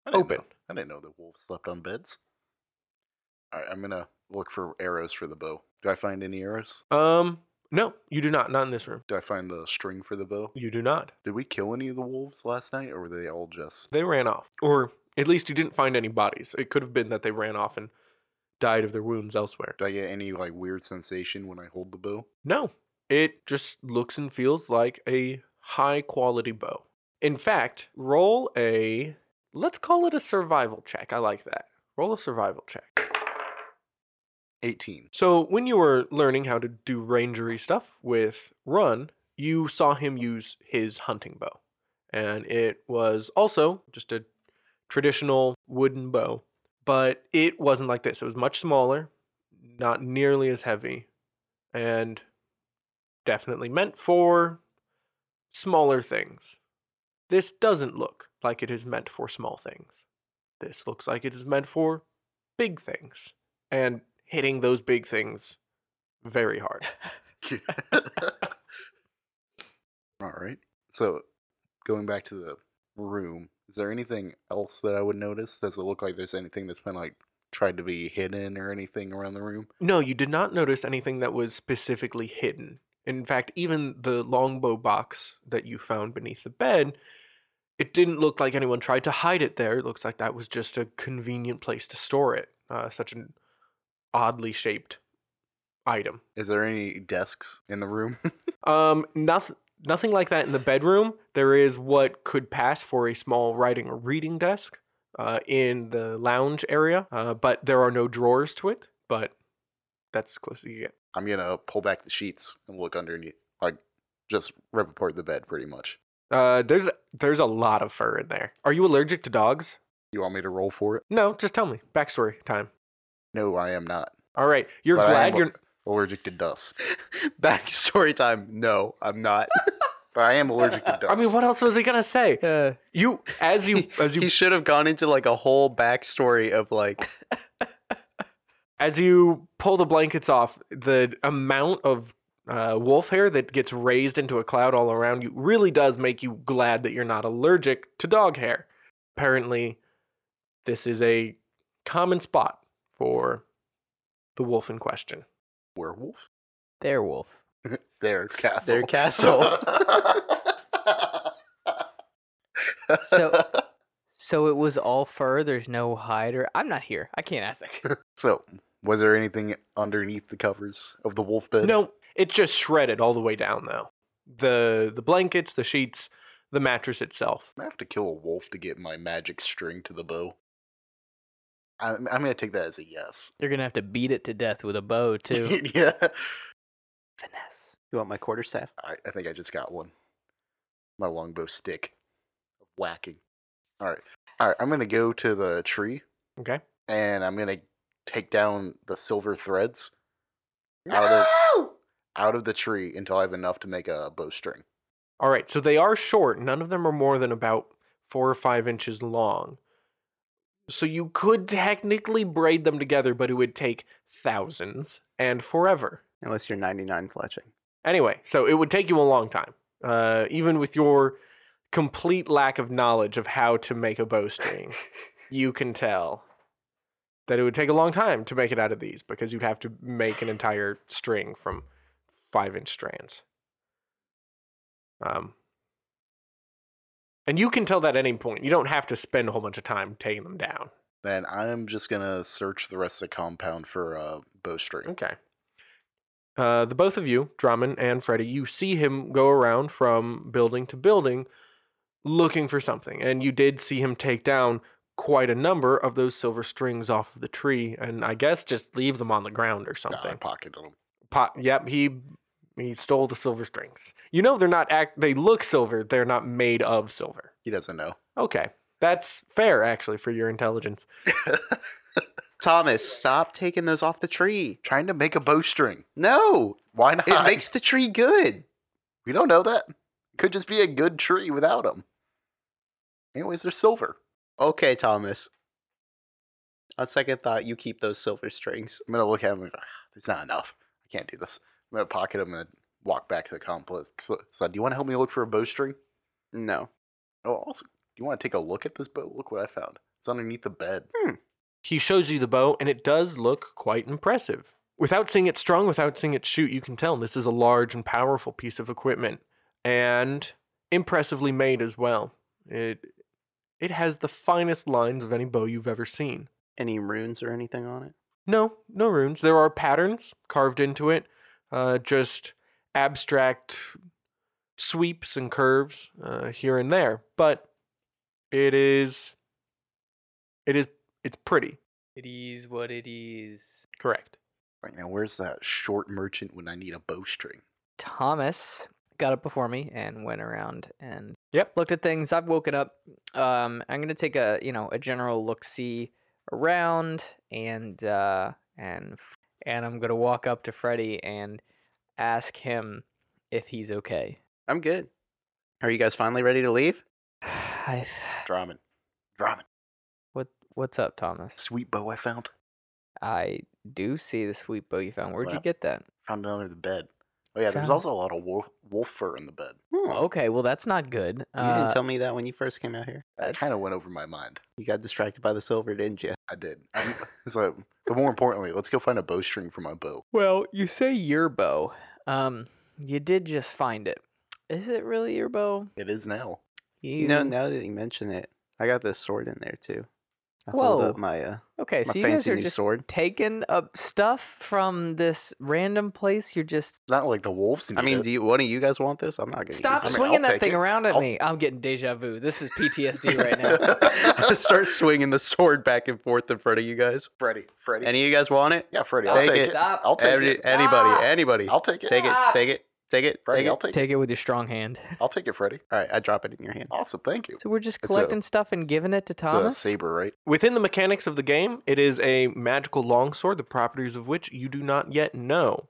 [SPEAKER 5] I didn't
[SPEAKER 1] open.
[SPEAKER 5] know- I didn't know that wolves slept on beds. All right, I'm gonna look for arrows for the bow. Do I find any arrows?
[SPEAKER 1] Um, no, you do not. Not in this room.
[SPEAKER 5] Do I find the string for the bow?
[SPEAKER 1] You do not.
[SPEAKER 5] Did we kill any of the wolves last night, or were they all just?
[SPEAKER 1] They ran off. Or at least you didn't find any bodies. It could have been that they ran off and died of their wounds elsewhere.
[SPEAKER 5] Do I get any like weird sensation when I hold the bow?
[SPEAKER 1] No, it just looks and feels like a high quality bow. In fact, roll a, let's call it a survival check. I like that. Roll a survival check.
[SPEAKER 5] Eighteen.
[SPEAKER 1] So, when you were learning how to do rangery stuff with Run, you saw him use his hunting bow. And it was also just a traditional wooden bow, but it wasn't like this. It was much smaller, not nearly as heavy, and definitely meant for smaller things. This doesn't look like it is meant for small things. This looks like it is meant for big things and hitting those big things very hard.
[SPEAKER 5] *laughs* All right. So, going back to the room, is there anything else that I would notice? Does it look like there's anything that's been like tried to be hidden or anything around the room?
[SPEAKER 1] No, you did not notice anything that was specifically hidden. In fact, even the longbow box that you found beneath the bed, it didn't look like anyone tried to hide it there. It looks like that was just a convenient place to store it. Uh, such an oddly shaped item.
[SPEAKER 5] Is there any desks in the room? *laughs*
[SPEAKER 1] Um, nothing, nothing like that in the bedroom. There is what could pass for a small writing or reading desk uh, in the lounge area, uh, but there are no drawers to it. But that's as close as you get.
[SPEAKER 5] I'm gonna pull back the sheets and look underneath, like just rip apart the bed pretty much.
[SPEAKER 1] Uh, there's there's a lot of fur in there. Are you allergic to dogs?
[SPEAKER 5] You want me to roll for it?
[SPEAKER 1] No, just tell me. Backstory time.
[SPEAKER 5] No, I am not.
[SPEAKER 1] All right, you're
[SPEAKER 5] But I
[SPEAKER 1] glad
[SPEAKER 5] am
[SPEAKER 1] you're.
[SPEAKER 5] Allergic to dust.
[SPEAKER 3] *laughs* Backstory time. No, I'm not.
[SPEAKER 5] But I am allergic to dust.
[SPEAKER 1] *laughs* I mean, what else was he gonna say?
[SPEAKER 4] Uh,
[SPEAKER 1] You as you as you
[SPEAKER 3] he should have gone into like a whole backstory of like
[SPEAKER 1] as you pull the blankets off, the amount of uh, wolf hair that gets raised into a cloud all around you really does make you glad that you're not allergic to dog hair. Apparently, this is a common spot for the wolf in question.
[SPEAKER 5] werewolf?
[SPEAKER 4] Their wolf.
[SPEAKER 5] *laughs* Their castle.
[SPEAKER 3] Their
[SPEAKER 5] *laughs*
[SPEAKER 3] castle.
[SPEAKER 4] So, so it was all fur. There's no hide or I'm not here. I
[SPEAKER 3] *laughs*
[SPEAKER 4] can't ask that.
[SPEAKER 5] so, was there anything underneath the covers of the wolf bed?
[SPEAKER 1] No, it just shredded all the way down though. The the blankets, the sheets, the mattress itself.
[SPEAKER 5] I have to kill a wolf to get my magic string to the bow. I'm, I'm gonna take that as a yes.
[SPEAKER 4] You're gonna have to beat it to death with a
[SPEAKER 3] *laughs*
[SPEAKER 4] bow too.
[SPEAKER 5] *laughs* yeah.
[SPEAKER 4] Finesse.
[SPEAKER 3] You want my quarterstaff?
[SPEAKER 5] I, I think I just got one. My longbow stick. Whacking. All right. All right. I'm gonna go to the tree
[SPEAKER 1] Okay.
[SPEAKER 5] and I'm gonna take down the silver threads out of out of the tree until I have enough to make a bowstring.
[SPEAKER 1] All right, so they are short. None of them are more than about four or five inches long. So you could technically braid them together, but it would take thousands and forever.
[SPEAKER 3] Unless you're 99 fletching.
[SPEAKER 1] Anyway, so it would take you a long time, uh, even with your complete lack of knowledge of how to make a bowstring. you can tell that it would take a long time to make it out of these because you'd have to make an entire string from five inch strands. Um, and you can tell that at any point. You don't have to spend a whole bunch of time taking them down.
[SPEAKER 5] Then I'm just gonna search the rest of the compound for a bowstring.
[SPEAKER 1] Okay. Uh, the both of you, Drummond and Freddy, you see him go around from building to building looking for something. And you did see him take down quite a number of those silver strings off of the tree and I guess just leave them on the ground
[SPEAKER 3] Oh,
[SPEAKER 1] or
[SPEAKER 5] Nah, I
[SPEAKER 1] something.
[SPEAKER 5] pocketed them.
[SPEAKER 1] Pot, yep, he he stole the silver strings. You know they're not act they look silver, they're not made of silver.
[SPEAKER 5] He doesn't know.
[SPEAKER 1] Okay. That's fair actually for your intelligence.
[SPEAKER 3] Thomas, stop taking those off the tree.
[SPEAKER 5] Trying to make a bowstring.
[SPEAKER 3] No,
[SPEAKER 5] Why not?
[SPEAKER 4] *laughs*
[SPEAKER 3] it makes the tree good.
[SPEAKER 5] we don't know that. Could just be a good tree without them. Anyways, they're silver.
[SPEAKER 3] Okay, Thomas. On second thought, you keep those silver strings.
[SPEAKER 5] I'm gonna look at them. And go, "Ah, There's not enough. I can't do this. I'm gonna pocket them and walk back to the complex. So, so do you want to help me look for a bowstring?
[SPEAKER 3] No.
[SPEAKER 5] Oh, also, do you want to take a look at this bow? Look what I found. It's underneath the bed.
[SPEAKER 1] he shows you the bow and it does look quite impressive without seeing it strung without seeing it shoot you can tell this is a large and powerful piece of equipment and impressively made as well it it has the finest lines of any bow you've ever seen
[SPEAKER 3] Any runes or anything on it?
[SPEAKER 1] no no runes there are patterns carved into it uh, just abstract sweeps and curves uh, here and there but it is it is it's pretty
[SPEAKER 4] It is what it is.
[SPEAKER 1] correct
[SPEAKER 5] Right now, where's that short merchant when I need a bowstring?
[SPEAKER 4] Thomas got up before me and went around and
[SPEAKER 1] Yep.
[SPEAKER 4] looked at things. I've woken up. Um, I'm gonna take a you know a general look see around and uh, and f- and I'm gonna walk up to Freddy and ask him if he's okay. *sighs*
[SPEAKER 3] I'm good. Are you guys finally ready to leave?
[SPEAKER 4] I,
[SPEAKER 5] Drummond. Drummond.
[SPEAKER 4] what what's up, Thomas?
[SPEAKER 5] Sweet bow I found.
[SPEAKER 4] I do see the sweet bow you found. Where'd you
[SPEAKER 5] Well,
[SPEAKER 4] get that?
[SPEAKER 5] Found it under the bed. Oh yeah, there's
[SPEAKER 4] Found-
[SPEAKER 5] also a lot of wolf, wolf fur in the bed.
[SPEAKER 3] Hmm.
[SPEAKER 4] Okay, well that's not good.
[SPEAKER 3] You
[SPEAKER 4] Uh,
[SPEAKER 3] didn't tell me that when you first came out here.
[SPEAKER 5] That kind
[SPEAKER 4] That's-
[SPEAKER 5] of went over my mind.
[SPEAKER 3] You got distracted by the silver, didn't you?
[SPEAKER 5] I did.
[SPEAKER 3] *laughs*
[SPEAKER 5] I'm, *laughs* so, but more importantly, let's go find a bowstring for my bow.
[SPEAKER 4] Well, you say your bow. Um, you did just find it. Is it really your bow?
[SPEAKER 5] It is now.
[SPEAKER 3] You know, now that you mention it, I got this sword in there too. I pulled up
[SPEAKER 4] Whoa.
[SPEAKER 3] my uh,
[SPEAKER 4] Okay,
[SPEAKER 3] my
[SPEAKER 4] so you guys
[SPEAKER 3] fancy
[SPEAKER 4] are
[SPEAKER 3] new
[SPEAKER 4] just
[SPEAKER 3] sword.
[SPEAKER 4] taking up stuff from this random place. You're just
[SPEAKER 5] It's not like the wolves. Need
[SPEAKER 3] I mean,
[SPEAKER 5] it.
[SPEAKER 3] do you, one of you guys want this? I'm not gonna
[SPEAKER 5] I
[SPEAKER 4] stop
[SPEAKER 5] mean,
[SPEAKER 3] use
[SPEAKER 5] sw-
[SPEAKER 3] it.
[SPEAKER 4] swinging
[SPEAKER 5] I'll
[SPEAKER 4] that
[SPEAKER 5] take
[SPEAKER 4] thing
[SPEAKER 5] it.
[SPEAKER 4] around at
[SPEAKER 5] I'll-
[SPEAKER 4] me. I'm getting deja vu. This is
[SPEAKER 5] *laughs*
[SPEAKER 4] PTSD right now.
[SPEAKER 3] *laughs* I start swinging the sword back and forth in front of you guys.
[SPEAKER 5] Freddy. Freddy.
[SPEAKER 3] Any of you guys want it?
[SPEAKER 5] yeah, Freddy.
[SPEAKER 3] I'll
[SPEAKER 5] I'll
[SPEAKER 3] take
[SPEAKER 5] take,
[SPEAKER 3] it.
[SPEAKER 5] it.
[SPEAKER 4] Stop.
[SPEAKER 5] I'll take
[SPEAKER 3] Any-
[SPEAKER 5] it.
[SPEAKER 2] Ah!
[SPEAKER 3] Anybody? Anybody?
[SPEAKER 5] I'll take it.
[SPEAKER 3] Take it.
[SPEAKER 2] Stop.
[SPEAKER 3] Take it. Take it.
[SPEAKER 5] Freddy,
[SPEAKER 3] Take
[SPEAKER 5] I'll
[SPEAKER 3] it.
[SPEAKER 5] take, it.
[SPEAKER 4] Take it with your strong hand.
[SPEAKER 5] I'll take it, Freddy.
[SPEAKER 3] All right, I drop it in your hand.
[SPEAKER 5] Awesome. Thank you.
[SPEAKER 4] So we're just
[SPEAKER 5] It's a-
[SPEAKER 4] collecting stuff and giving it to
[SPEAKER 5] It's a *laughs*
[SPEAKER 4] Thomas.
[SPEAKER 5] saber, right?
[SPEAKER 1] Within the mechanics of the game, it is a magical longsword, the properties of which you do not yet know.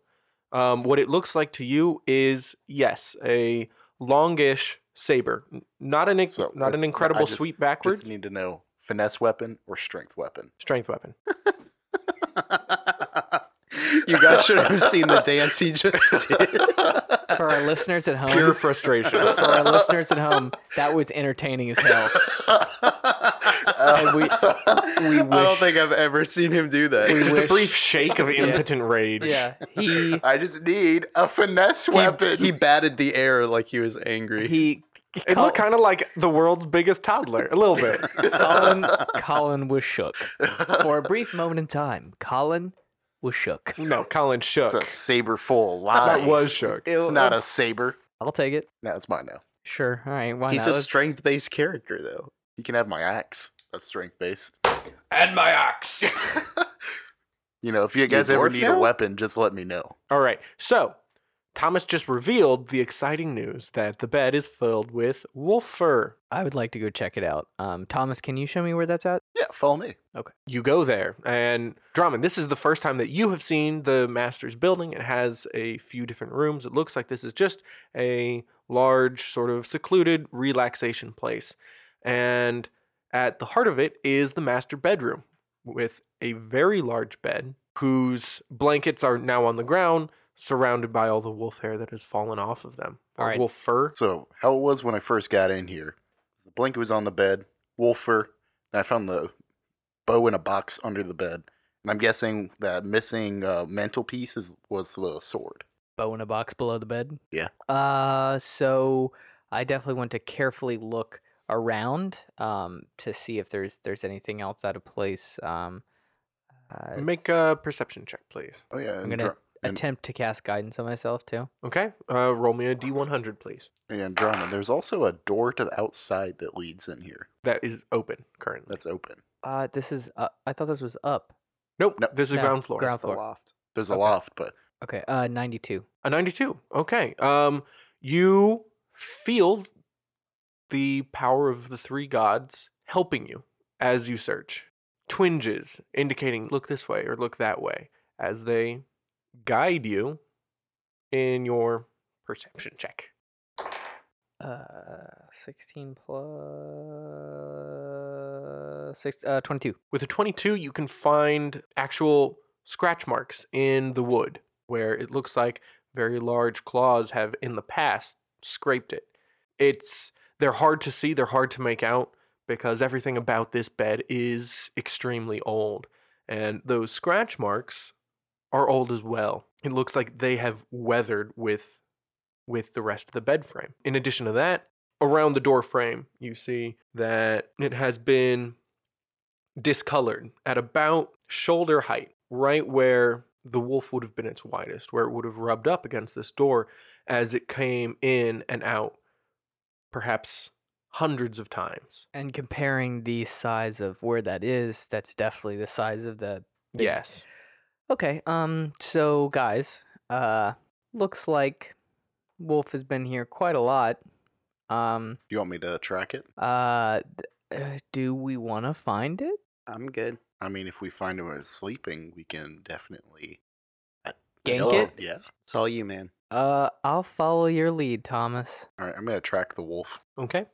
[SPEAKER 1] Um, what it looks like to you is, yes, a longish saber. N- Not an,
[SPEAKER 5] So,
[SPEAKER 1] not
[SPEAKER 5] that's-
[SPEAKER 1] an
[SPEAKER 5] I
[SPEAKER 1] incredible
[SPEAKER 5] just-
[SPEAKER 1] sweep backwards.
[SPEAKER 5] Just need to know finesse weapon or strength *laughs* weapon.
[SPEAKER 1] Strength weapon.
[SPEAKER 3] you guys should have seen the dance he just did.
[SPEAKER 4] For our listeners at home,
[SPEAKER 5] Pure *laughs*
[SPEAKER 4] for
[SPEAKER 1] *laughs*
[SPEAKER 5] frustration.
[SPEAKER 4] our listeners at home, that was entertaining as hell. And we-
[SPEAKER 3] *laughs*
[SPEAKER 4] we
[SPEAKER 3] I don't
[SPEAKER 4] wish-
[SPEAKER 3] think I've ever seen him do that.
[SPEAKER 4] We
[SPEAKER 1] Just a
[SPEAKER 4] wish-
[SPEAKER 1] brief shake of
[SPEAKER 4] Yeah.
[SPEAKER 1] impotent rage.
[SPEAKER 4] Yeah, he
[SPEAKER 5] I just need a finesse
[SPEAKER 3] he,
[SPEAKER 5] weapon.
[SPEAKER 3] he batted the air like he was angry.
[SPEAKER 4] he.
[SPEAKER 1] It looked kind of like the world's biggest toddler, a little bit.
[SPEAKER 4] *laughs* Colin, Colin was shook. For a brief moment in time, Colin was shook.
[SPEAKER 1] No, Oh, Colin shook.
[SPEAKER 5] it's a saber full
[SPEAKER 1] That
[SPEAKER 5] line.
[SPEAKER 1] was shook.
[SPEAKER 5] It's not a saber.
[SPEAKER 4] I'll take it.
[SPEAKER 5] No, it's mine now.
[SPEAKER 4] Sure. All right. Why
[SPEAKER 3] He's
[SPEAKER 4] not?
[SPEAKER 3] a
[SPEAKER 4] Let's-
[SPEAKER 3] strength based character, though.
[SPEAKER 5] You can have my axe. That's strength base.
[SPEAKER 1] And my axe.
[SPEAKER 5] You know, if you guys ever
[SPEAKER 3] dwarf
[SPEAKER 5] need
[SPEAKER 3] now?
[SPEAKER 5] a weapon, just let me know.
[SPEAKER 1] All right. So, Thomas just revealed the exciting news that the bed is filled with wolf fur.
[SPEAKER 4] I would like to go check it out. Um, Thomas, can you show me where that's at?
[SPEAKER 5] Yeah, follow me.
[SPEAKER 1] You go there, and Drummond, this is the first time that you have seen the master's building. It has a few different rooms. It looks like this is just a large, sort of secluded relaxation place. And at the heart of it is the master bedroom with a very large bed whose blankets are now on the ground, surrounded by all the wolf hair that has fallen off of them.
[SPEAKER 4] All
[SPEAKER 1] or
[SPEAKER 4] right.
[SPEAKER 1] Wolf fur.
[SPEAKER 5] So, how it was when I first got in here the blanket was on the bed, wolf fur, and I found the bow in a box under the bed. And I'm guessing that missing uh, mental piece is, was the sword.
[SPEAKER 4] Bow in a box below the bed.
[SPEAKER 5] Yeah.
[SPEAKER 4] Uh, so I definitely want to carefully look around um, to see if there's there's anything else out of place. Um, uh,
[SPEAKER 1] Make a perception check, please.
[SPEAKER 5] Oh, yeah.
[SPEAKER 4] I'm
[SPEAKER 5] and
[SPEAKER 4] gonna
[SPEAKER 5] dra- and-
[SPEAKER 4] attempt to cast guidance on myself too.
[SPEAKER 1] Okay. Uh, roll me a d100, please.
[SPEAKER 5] and drama. There's also a door to the outside that leads in here
[SPEAKER 1] That is open currently.
[SPEAKER 5] that's open.
[SPEAKER 4] Uh, this is. Uh, I thought this was up.
[SPEAKER 1] nope.
[SPEAKER 5] no,
[SPEAKER 1] this is
[SPEAKER 4] no,
[SPEAKER 1] ground floor.
[SPEAKER 4] ground
[SPEAKER 3] The
[SPEAKER 4] floor.
[SPEAKER 3] loft.
[SPEAKER 5] There's a
[SPEAKER 4] Okay.
[SPEAKER 5] loft, but
[SPEAKER 4] Okay. Uh, ninety-two.
[SPEAKER 1] A 92. Okay. Um, you feel the power of the three gods helping you as you search. Twinges indicating look this way or look that way as they guide you in your perception check.
[SPEAKER 4] Uh, 16 plus six, uh, 22.
[SPEAKER 1] With a 22, you can find actual scratch marks in the wood where it looks like very large claws have in the past scraped it. It's they're hard to see, they're hard to make out because everything about this bed is extremely old and those scratch marks are old as well. It looks like they have weathered with with the rest of the bed frame. In addition to that, around the door frame, you see that it has been discolored at about shoulder height, right where the wolf would have been its widest, where it would have rubbed up against this door as it came in and out, perhaps hundreds of times.
[SPEAKER 4] And comparing the size of where that is, that's definitely the size of the. big-
[SPEAKER 1] Yes.
[SPEAKER 4] Okay. Um. So, guys, uh, looks like Wolf has been here quite a lot. Um.
[SPEAKER 5] do you want me to track it?
[SPEAKER 4] Uh. th- *sighs* uh, Do we want to find it?
[SPEAKER 3] I'm good.
[SPEAKER 5] I mean, if we find him is sleeping, we can definitely
[SPEAKER 4] Gank
[SPEAKER 5] Hello?
[SPEAKER 4] it?
[SPEAKER 5] Yeah.
[SPEAKER 3] It's all you, man.
[SPEAKER 4] Uh. I'll follow your lead, Thomas.
[SPEAKER 5] All right, I'm gonna track the wolf.
[SPEAKER 1] Okay.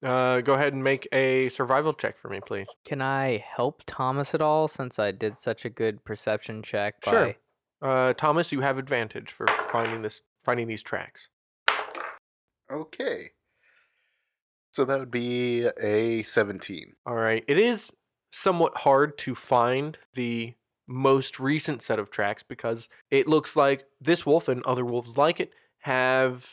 [SPEAKER 1] Uh, go ahead and make a survival check for me, please.
[SPEAKER 4] Can I help Thomas at all since I did such a good perception check? By...
[SPEAKER 1] Sure. Uh, Thomas, you have advantage for finding this finding these tracks.
[SPEAKER 5] Okay. So that would be a 17.
[SPEAKER 1] All right. It is somewhat hard to find the most recent set of tracks because it looks like this wolf and other wolves like it have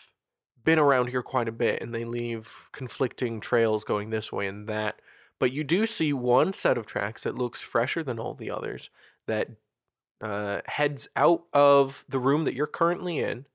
[SPEAKER 1] been around here quite a bit and they leave conflicting trails going this way and that. But you do see one set of tracks that looks fresher than all the others that uh, heads out of the room that you're currently in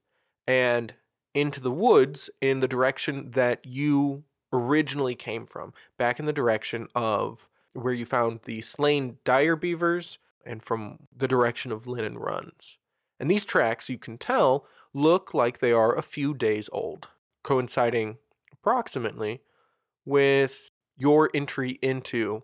[SPEAKER 1] and into the woods in the direction that you originally came from, back in the direction of where you found the slain dire beavers and from the direction of linen runs. And these tracks, you can tell, look like they are a few days old, coinciding approximately with your entry into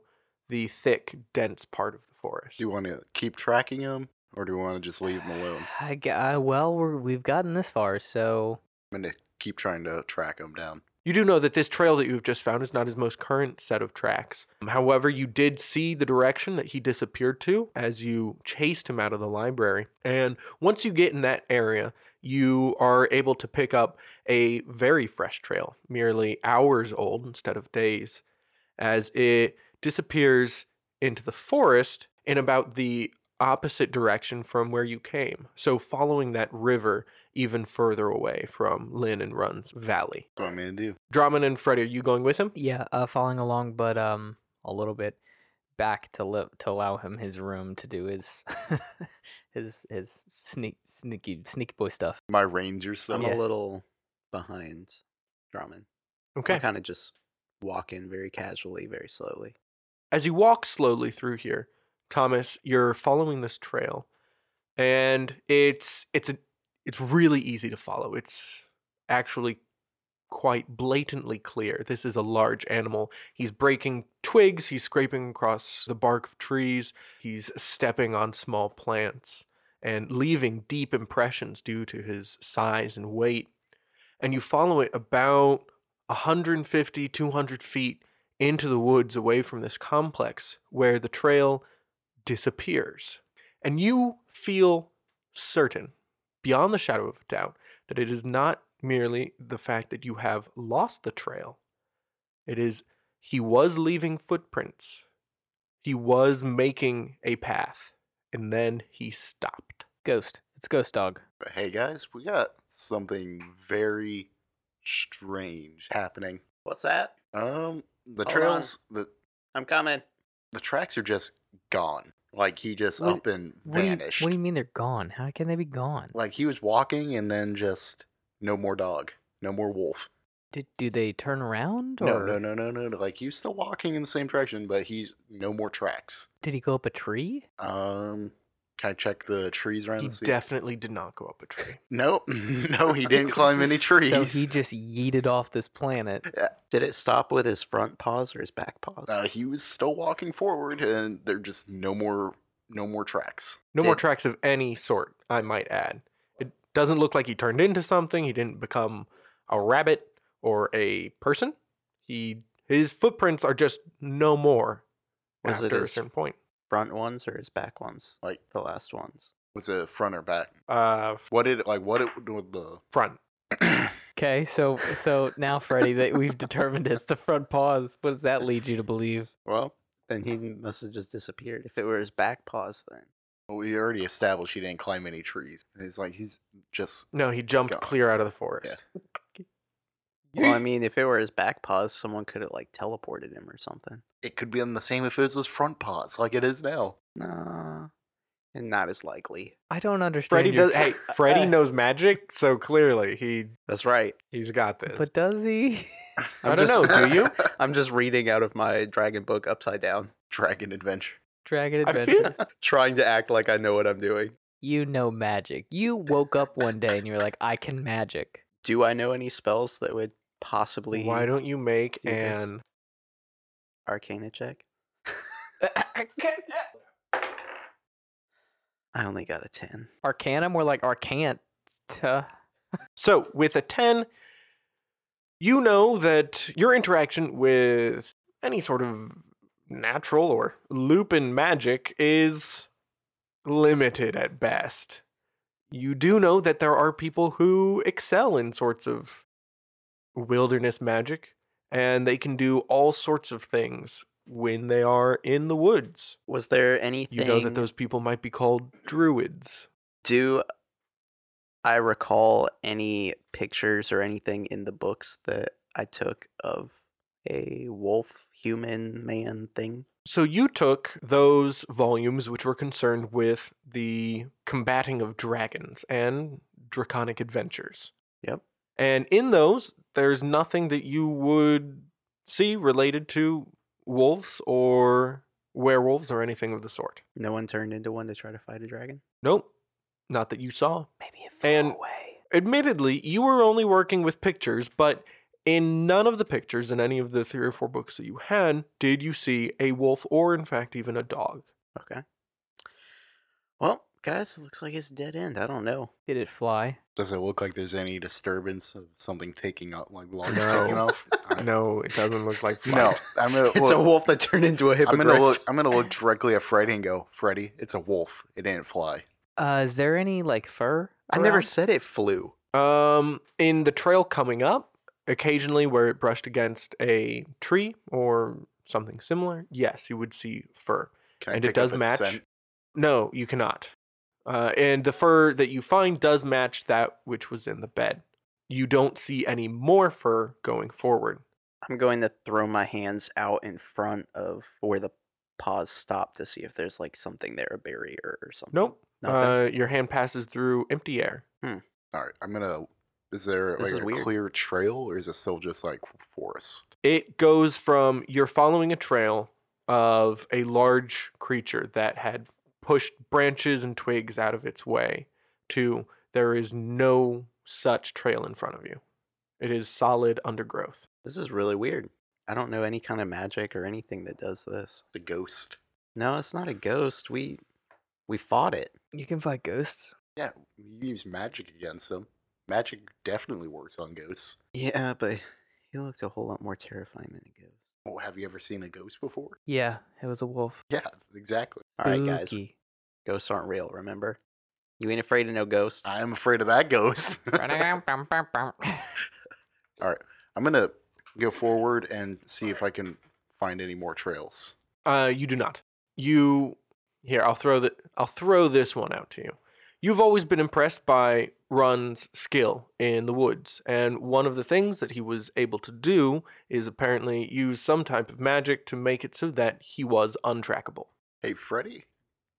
[SPEAKER 1] the thick, dense part of the forest.
[SPEAKER 5] Do you want to keep tracking them or do you want to just leave them alone?
[SPEAKER 4] I, gu- uh, well, we're, we've gotten this far, so
[SPEAKER 5] I'm going to keep trying to track them down.
[SPEAKER 1] You do know that this trail that you've just found is not his most current set of tracks. However, you did see the direction that he disappeared to as you chased him out of the library. And once you get in that area, you are able to pick up a very fresh trail, merely hours old instead of days, as it disappears into the forest in about the opposite direction from where you came. So, following that river even further away from Lynn and Run's valley.
[SPEAKER 5] That's what I'm going to do.
[SPEAKER 1] Drummond and Freddy, are you going with him?
[SPEAKER 4] yeah, uh, following along, but um, a little bit back to li- to allow him his room to do his *laughs* his his sneak sneaky sneaky boy stuff.
[SPEAKER 5] My ranger stuff.
[SPEAKER 4] I'm
[SPEAKER 3] I'm
[SPEAKER 4] a Yeah.
[SPEAKER 3] a little behind Drummond.
[SPEAKER 1] Okay.
[SPEAKER 3] kind of just walk in very casually, very slowly.
[SPEAKER 1] as you walk slowly through here, Thomas, you're following this trail, and it's it's a it's really easy to follow. It's actually quite blatantly clear. This is a large animal. He's breaking twigs. He's scraping across the bark of trees. He's stepping on small plants and leaving deep impressions due to his size and weight. And you follow it about 150, 200 feet into the woods away from this complex where the trail disappears. And you feel certain, beyond the shadow of a doubt, that it is not merely the fact that you have lost the trail. It is he was leaving footprints, he was making a path, and then he stopped.
[SPEAKER 4] Ghost, it's Ghost Dog.
[SPEAKER 5] But hey, guys, we got something very strange happening.
[SPEAKER 3] What's that?
[SPEAKER 5] Um, the
[SPEAKER 3] Hold on.
[SPEAKER 5] trails, the
[SPEAKER 3] I'm coming.
[SPEAKER 5] the tracks are just gone. Like he just
[SPEAKER 4] What-
[SPEAKER 5] up and
[SPEAKER 4] What do, you,
[SPEAKER 5] vanished.
[SPEAKER 4] what do you mean they're gone? How can they be gone?
[SPEAKER 5] Like he was walking and then just no more dog, no more wolf.
[SPEAKER 4] Did, do they turn around or
[SPEAKER 5] No, no, no, no, no, no. Like he was still walking in the same direction, but he's no more tracks.
[SPEAKER 4] did he go up a tree?
[SPEAKER 5] Um, can I check the trees around?
[SPEAKER 1] He
[SPEAKER 5] and see?
[SPEAKER 1] definitely did not go up a tree.
[SPEAKER 5] nope, *laughs* no, he
[SPEAKER 4] *laughs*
[SPEAKER 5] didn't climb any trees.
[SPEAKER 4] So he just yeeted off this *laughs* planet.
[SPEAKER 3] Did it stop with his front paws or his back paws?
[SPEAKER 5] Uh, he was still walking forward, and there just no more, no more tracks.
[SPEAKER 1] No more
[SPEAKER 3] Did-
[SPEAKER 1] tracks of any sort, I might add. It doesn't look like he turned into something. He didn't become a rabbit or a person. He his footprints are just no more
[SPEAKER 3] Was it
[SPEAKER 1] after a
[SPEAKER 3] his-
[SPEAKER 1] certain point.
[SPEAKER 3] front ones or his back ones?
[SPEAKER 5] Like-
[SPEAKER 3] the last ones.
[SPEAKER 5] Was it front or back?
[SPEAKER 1] Uh,
[SPEAKER 5] What did like what it with the? *clears throat*
[SPEAKER 1] front.
[SPEAKER 4] Okay, so so now Freddy, that we've determined it's the front paws. What does that lead you to believe?
[SPEAKER 3] Well, then he must have just disappeared. If it were his back paws, then
[SPEAKER 5] We already established he didn't climb any trees. He's like he's just
[SPEAKER 1] No, he jumped
[SPEAKER 5] God.
[SPEAKER 1] clear out of the forest.
[SPEAKER 3] well, I mean, if it were his back paws, someone could have like teleported him or something.
[SPEAKER 5] it could be on the same if it was his front paws, like it is now.
[SPEAKER 3] Nah, and not as likely.
[SPEAKER 4] I don't understand.
[SPEAKER 1] Freddy
[SPEAKER 4] your-
[SPEAKER 1] does.
[SPEAKER 3] *laughs*
[SPEAKER 1] Hey, Freddy knows magic, so clearly he
[SPEAKER 3] That's right.
[SPEAKER 1] he's got this.
[SPEAKER 4] but does he? *laughs*
[SPEAKER 1] I don't know. Do
[SPEAKER 3] *laughs*
[SPEAKER 1] you?
[SPEAKER 3] I'm just reading out of my dragon book upside down,
[SPEAKER 5] Dragon adventure.
[SPEAKER 4] Dragon
[SPEAKER 1] I feel-
[SPEAKER 4] Adventures.
[SPEAKER 3] *laughs* trying to act like I know what I'm doing.
[SPEAKER 4] You know magic. You woke up one day and you were like, I can magic.
[SPEAKER 3] Do I know any spells that would possibly
[SPEAKER 1] Why don't you make
[SPEAKER 3] Do this.
[SPEAKER 1] an
[SPEAKER 3] arcana check? *laughs* I only got a ten.
[SPEAKER 4] Arcanum or like Arcant.
[SPEAKER 1] So with a 10, You know that your interaction with any sort of natural or lupin magic is limited at best. You do know that there are people who excel in sorts of wilderness magic, and they can do all sorts of things when they are in the woods.
[SPEAKER 3] Was there anything
[SPEAKER 1] You know that those people might be called druids.
[SPEAKER 3] do I recall any pictures or anything in the books that I took of a wolf human man thing?
[SPEAKER 1] So you took those volumes which were concerned with the combating of dragons and draconic adventures.
[SPEAKER 3] Yep.
[SPEAKER 1] And in those, there's nothing that you would see related to wolves or werewolves or anything of the sort.
[SPEAKER 3] No one turned into one to try to fight a dragon?
[SPEAKER 1] Nope. Not that you saw.
[SPEAKER 4] Maybe it
[SPEAKER 1] flew
[SPEAKER 4] flew
[SPEAKER 1] And-
[SPEAKER 4] away.
[SPEAKER 1] admittedly, you were only working with pictures, but in none of the pictures in any of the three or four books that you had did you see a wolf or, in fact, even a dog.
[SPEAKER 3] Okay. Well, guys, it looks like it's a dead end. I don't know.
[SPEAKER 4] Did it fly?
[SPEAKER 5] *laughs* Does it look like there's any disturbance of something taking off, like logs
[SPEAKER 1] No.
[SPEAKER 5] taking off? I-
[SPEAKER 1] No, it doesn't look like
[SPEAKER 5] *laughs* no.
[SPEAKER 1] *laughs*
[SPEAKER 5] I'm gonna.
[SPEAKER 3] *laughs* It's a
[SPEAKER 5] Uh, well,
[SPEAKER 3] wolf that turned into a
[SPEAKER 5] I'm
[SPEAKER 3] hippogriff.
[SPEAKER 5] gonna look.
[SPEAKER 3] *laughs*
[SPEAKER 5] I'm gonna look directly at Freddy and go, Freddy, it's a wolf. It didn't fly.
[SPEAKER 4] Uh, is there any like fur?
[SPEAKER 3] I never
[SPEAKER 4] around?
[SPEAKER 3] said it flew.
[SPEAKER 1] Um, in the trail coming up, occasionally where it brushed against a tree or something similar, yes, you would see fur.
[SPEAKER 5] Can I
[SPEAKER 1] And it
[SPEAKER 5] pick
[SPEAKER 1] does
[SPEAKER 5] up its
[SPEAKER 1] match.
[SPEAKER 5] scent?
[SPEAKER 1] No, you cannot. Uh, and the fur that you find does match that which was in the bed. You don't see any more fur going forward.
[SPEAKER 3] I'm going to throw my hands out in front of where the paws stop to see if there's like something there, a barrier or something.
[SPEAKER 1] Nope.
[SPEAKER 3] Nothing.
[SPEAKER 1] Uh, your hand passes through empty air.
[SPEAKER 5] All right, I'm gonna. Is there
[SPEAKER 3] This
[SPEAKER 5] like
[SPEAKER 3] is
[SPEAKER 5] a
[SPEAKER 3] weird.
[SPEAKER 5] clear trail, or is it still just like forest?
[SPEAKER 1] It goes from you're following a trail of a large creature that had pushed branches and twigs out of its way to there is no such trail in front of you. It is solid undergrowth.
[SPEAKER 3] This is really weird. I don't know any kind of magic or anything that does this.
[SPEAKER 5] The ghost.
[SPEAKER 3] No, it's not a ghost. We we fought it.
[SPEAKER 4] You can fight ghosts.
[SPEAKER 5] Yeah, you use magic against them. Magic definitely works on ghosts.
[SPEAKER 3] Yeah, but he looked a whole lot more terrifying than a ghost.
[SPEAKER 5] Oh, have you ever seen a ghost
[SPEAKER 3] *laughs*
[SPEAKER 5] before?
[SPEAKER 4] Yeah, it was a wolf.
[SPEAKER 5] Yeah, exactly.
[SPEAKER 3] All right, guys.
[SPEAKER 4] Spooky.
[SPEAKER 3] Ghosts aren't real, remember? You ain't afraid of no ghost.
[SPEAKER 5] I am afraid of
[SPEAKER 3] *laughs*
[SPEAKER 5] that ghost. I'm gonna go forward and see if I can find any more trails.
[SPEAKER 1] Uh, you do not. You here. I'll throw the. I'll throw this one out to you. You've always been impressed by Run's skill in the woods, and one of the things that he was able to do is apparently use some type of magic to make it so that he was untrackable.
[SPEAKER 5] Hey, Freddy,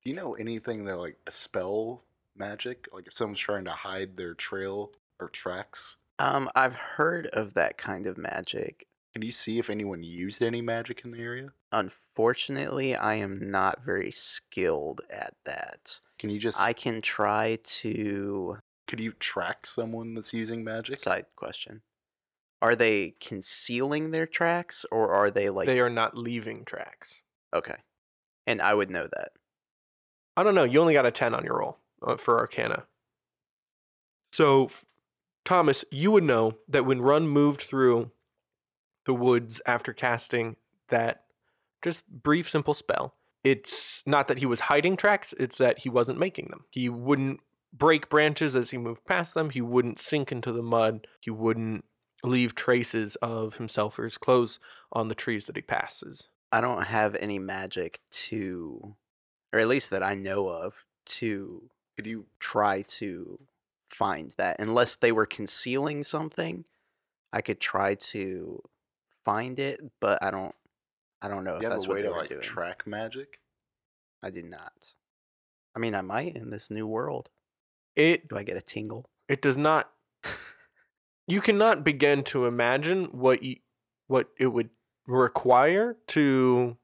[SPEAKER 5] do you know anything that like a spell magic? Like if someone's trying to hide their trail or tracks,
[SPEAKER 3] Um, I've heard of that kind of magic.
[SPEAKER 5] can you see if anyone used any magic in the area?
[SPEAKER 3] Unfortunately, I am not very skilled at that.
[SPEAKER 5] Can you just
[SPEAKER 3] I can try to
[SPEAKER 5] could you track someone that's using magic?
[SPEAKER 3] side question. Are they concealing their tracks or are they like
[SPEAKER 1] they are not leaving tracks.
[SPEAKER 3] Okay. And I would know that.
[SPEAKER 1] I don't know. You only got a ten on your roll uh, for Arcana. So, f- Thomas, you would know that when Run moved through the woods after casting that just brief, simple spell, it's not that he was hiding tracks, it's that he wasn't making them. He wouldn't break branches as he moved past them, he wouldn't sink into the mud, he wouldn't leave traces of himself or his clothes on the trees that he passes.
[SPEAKER 3] I don't have any magic to or at least that I know of to
[SPEAKER 5] Could you
[SPEAKER 3] try to find that unless they were concealing something. I could try to find it, but I don't I don't know
[SPEAKER 5] do
[SPEAKER 3] if
[SPEAKER 5] you have
[SPEAKER 3] that's
[SPEAKER 5] a way
[SPEAKER 3] what they
[SPEAKER 5] to
[SPEAKER 3] were
[SPEAKER 5] like
[SPEAKER 3] doing.
[SPEAKER 5] track magic?
[SPEAKER 3] I do not. I mean, I might in this new world.
[SPEAKER 1] It
[SPEAKER 3] Do I get a tingle?
[SPEAKER 1] it does not you cannot begin to imagine what you, what it would require to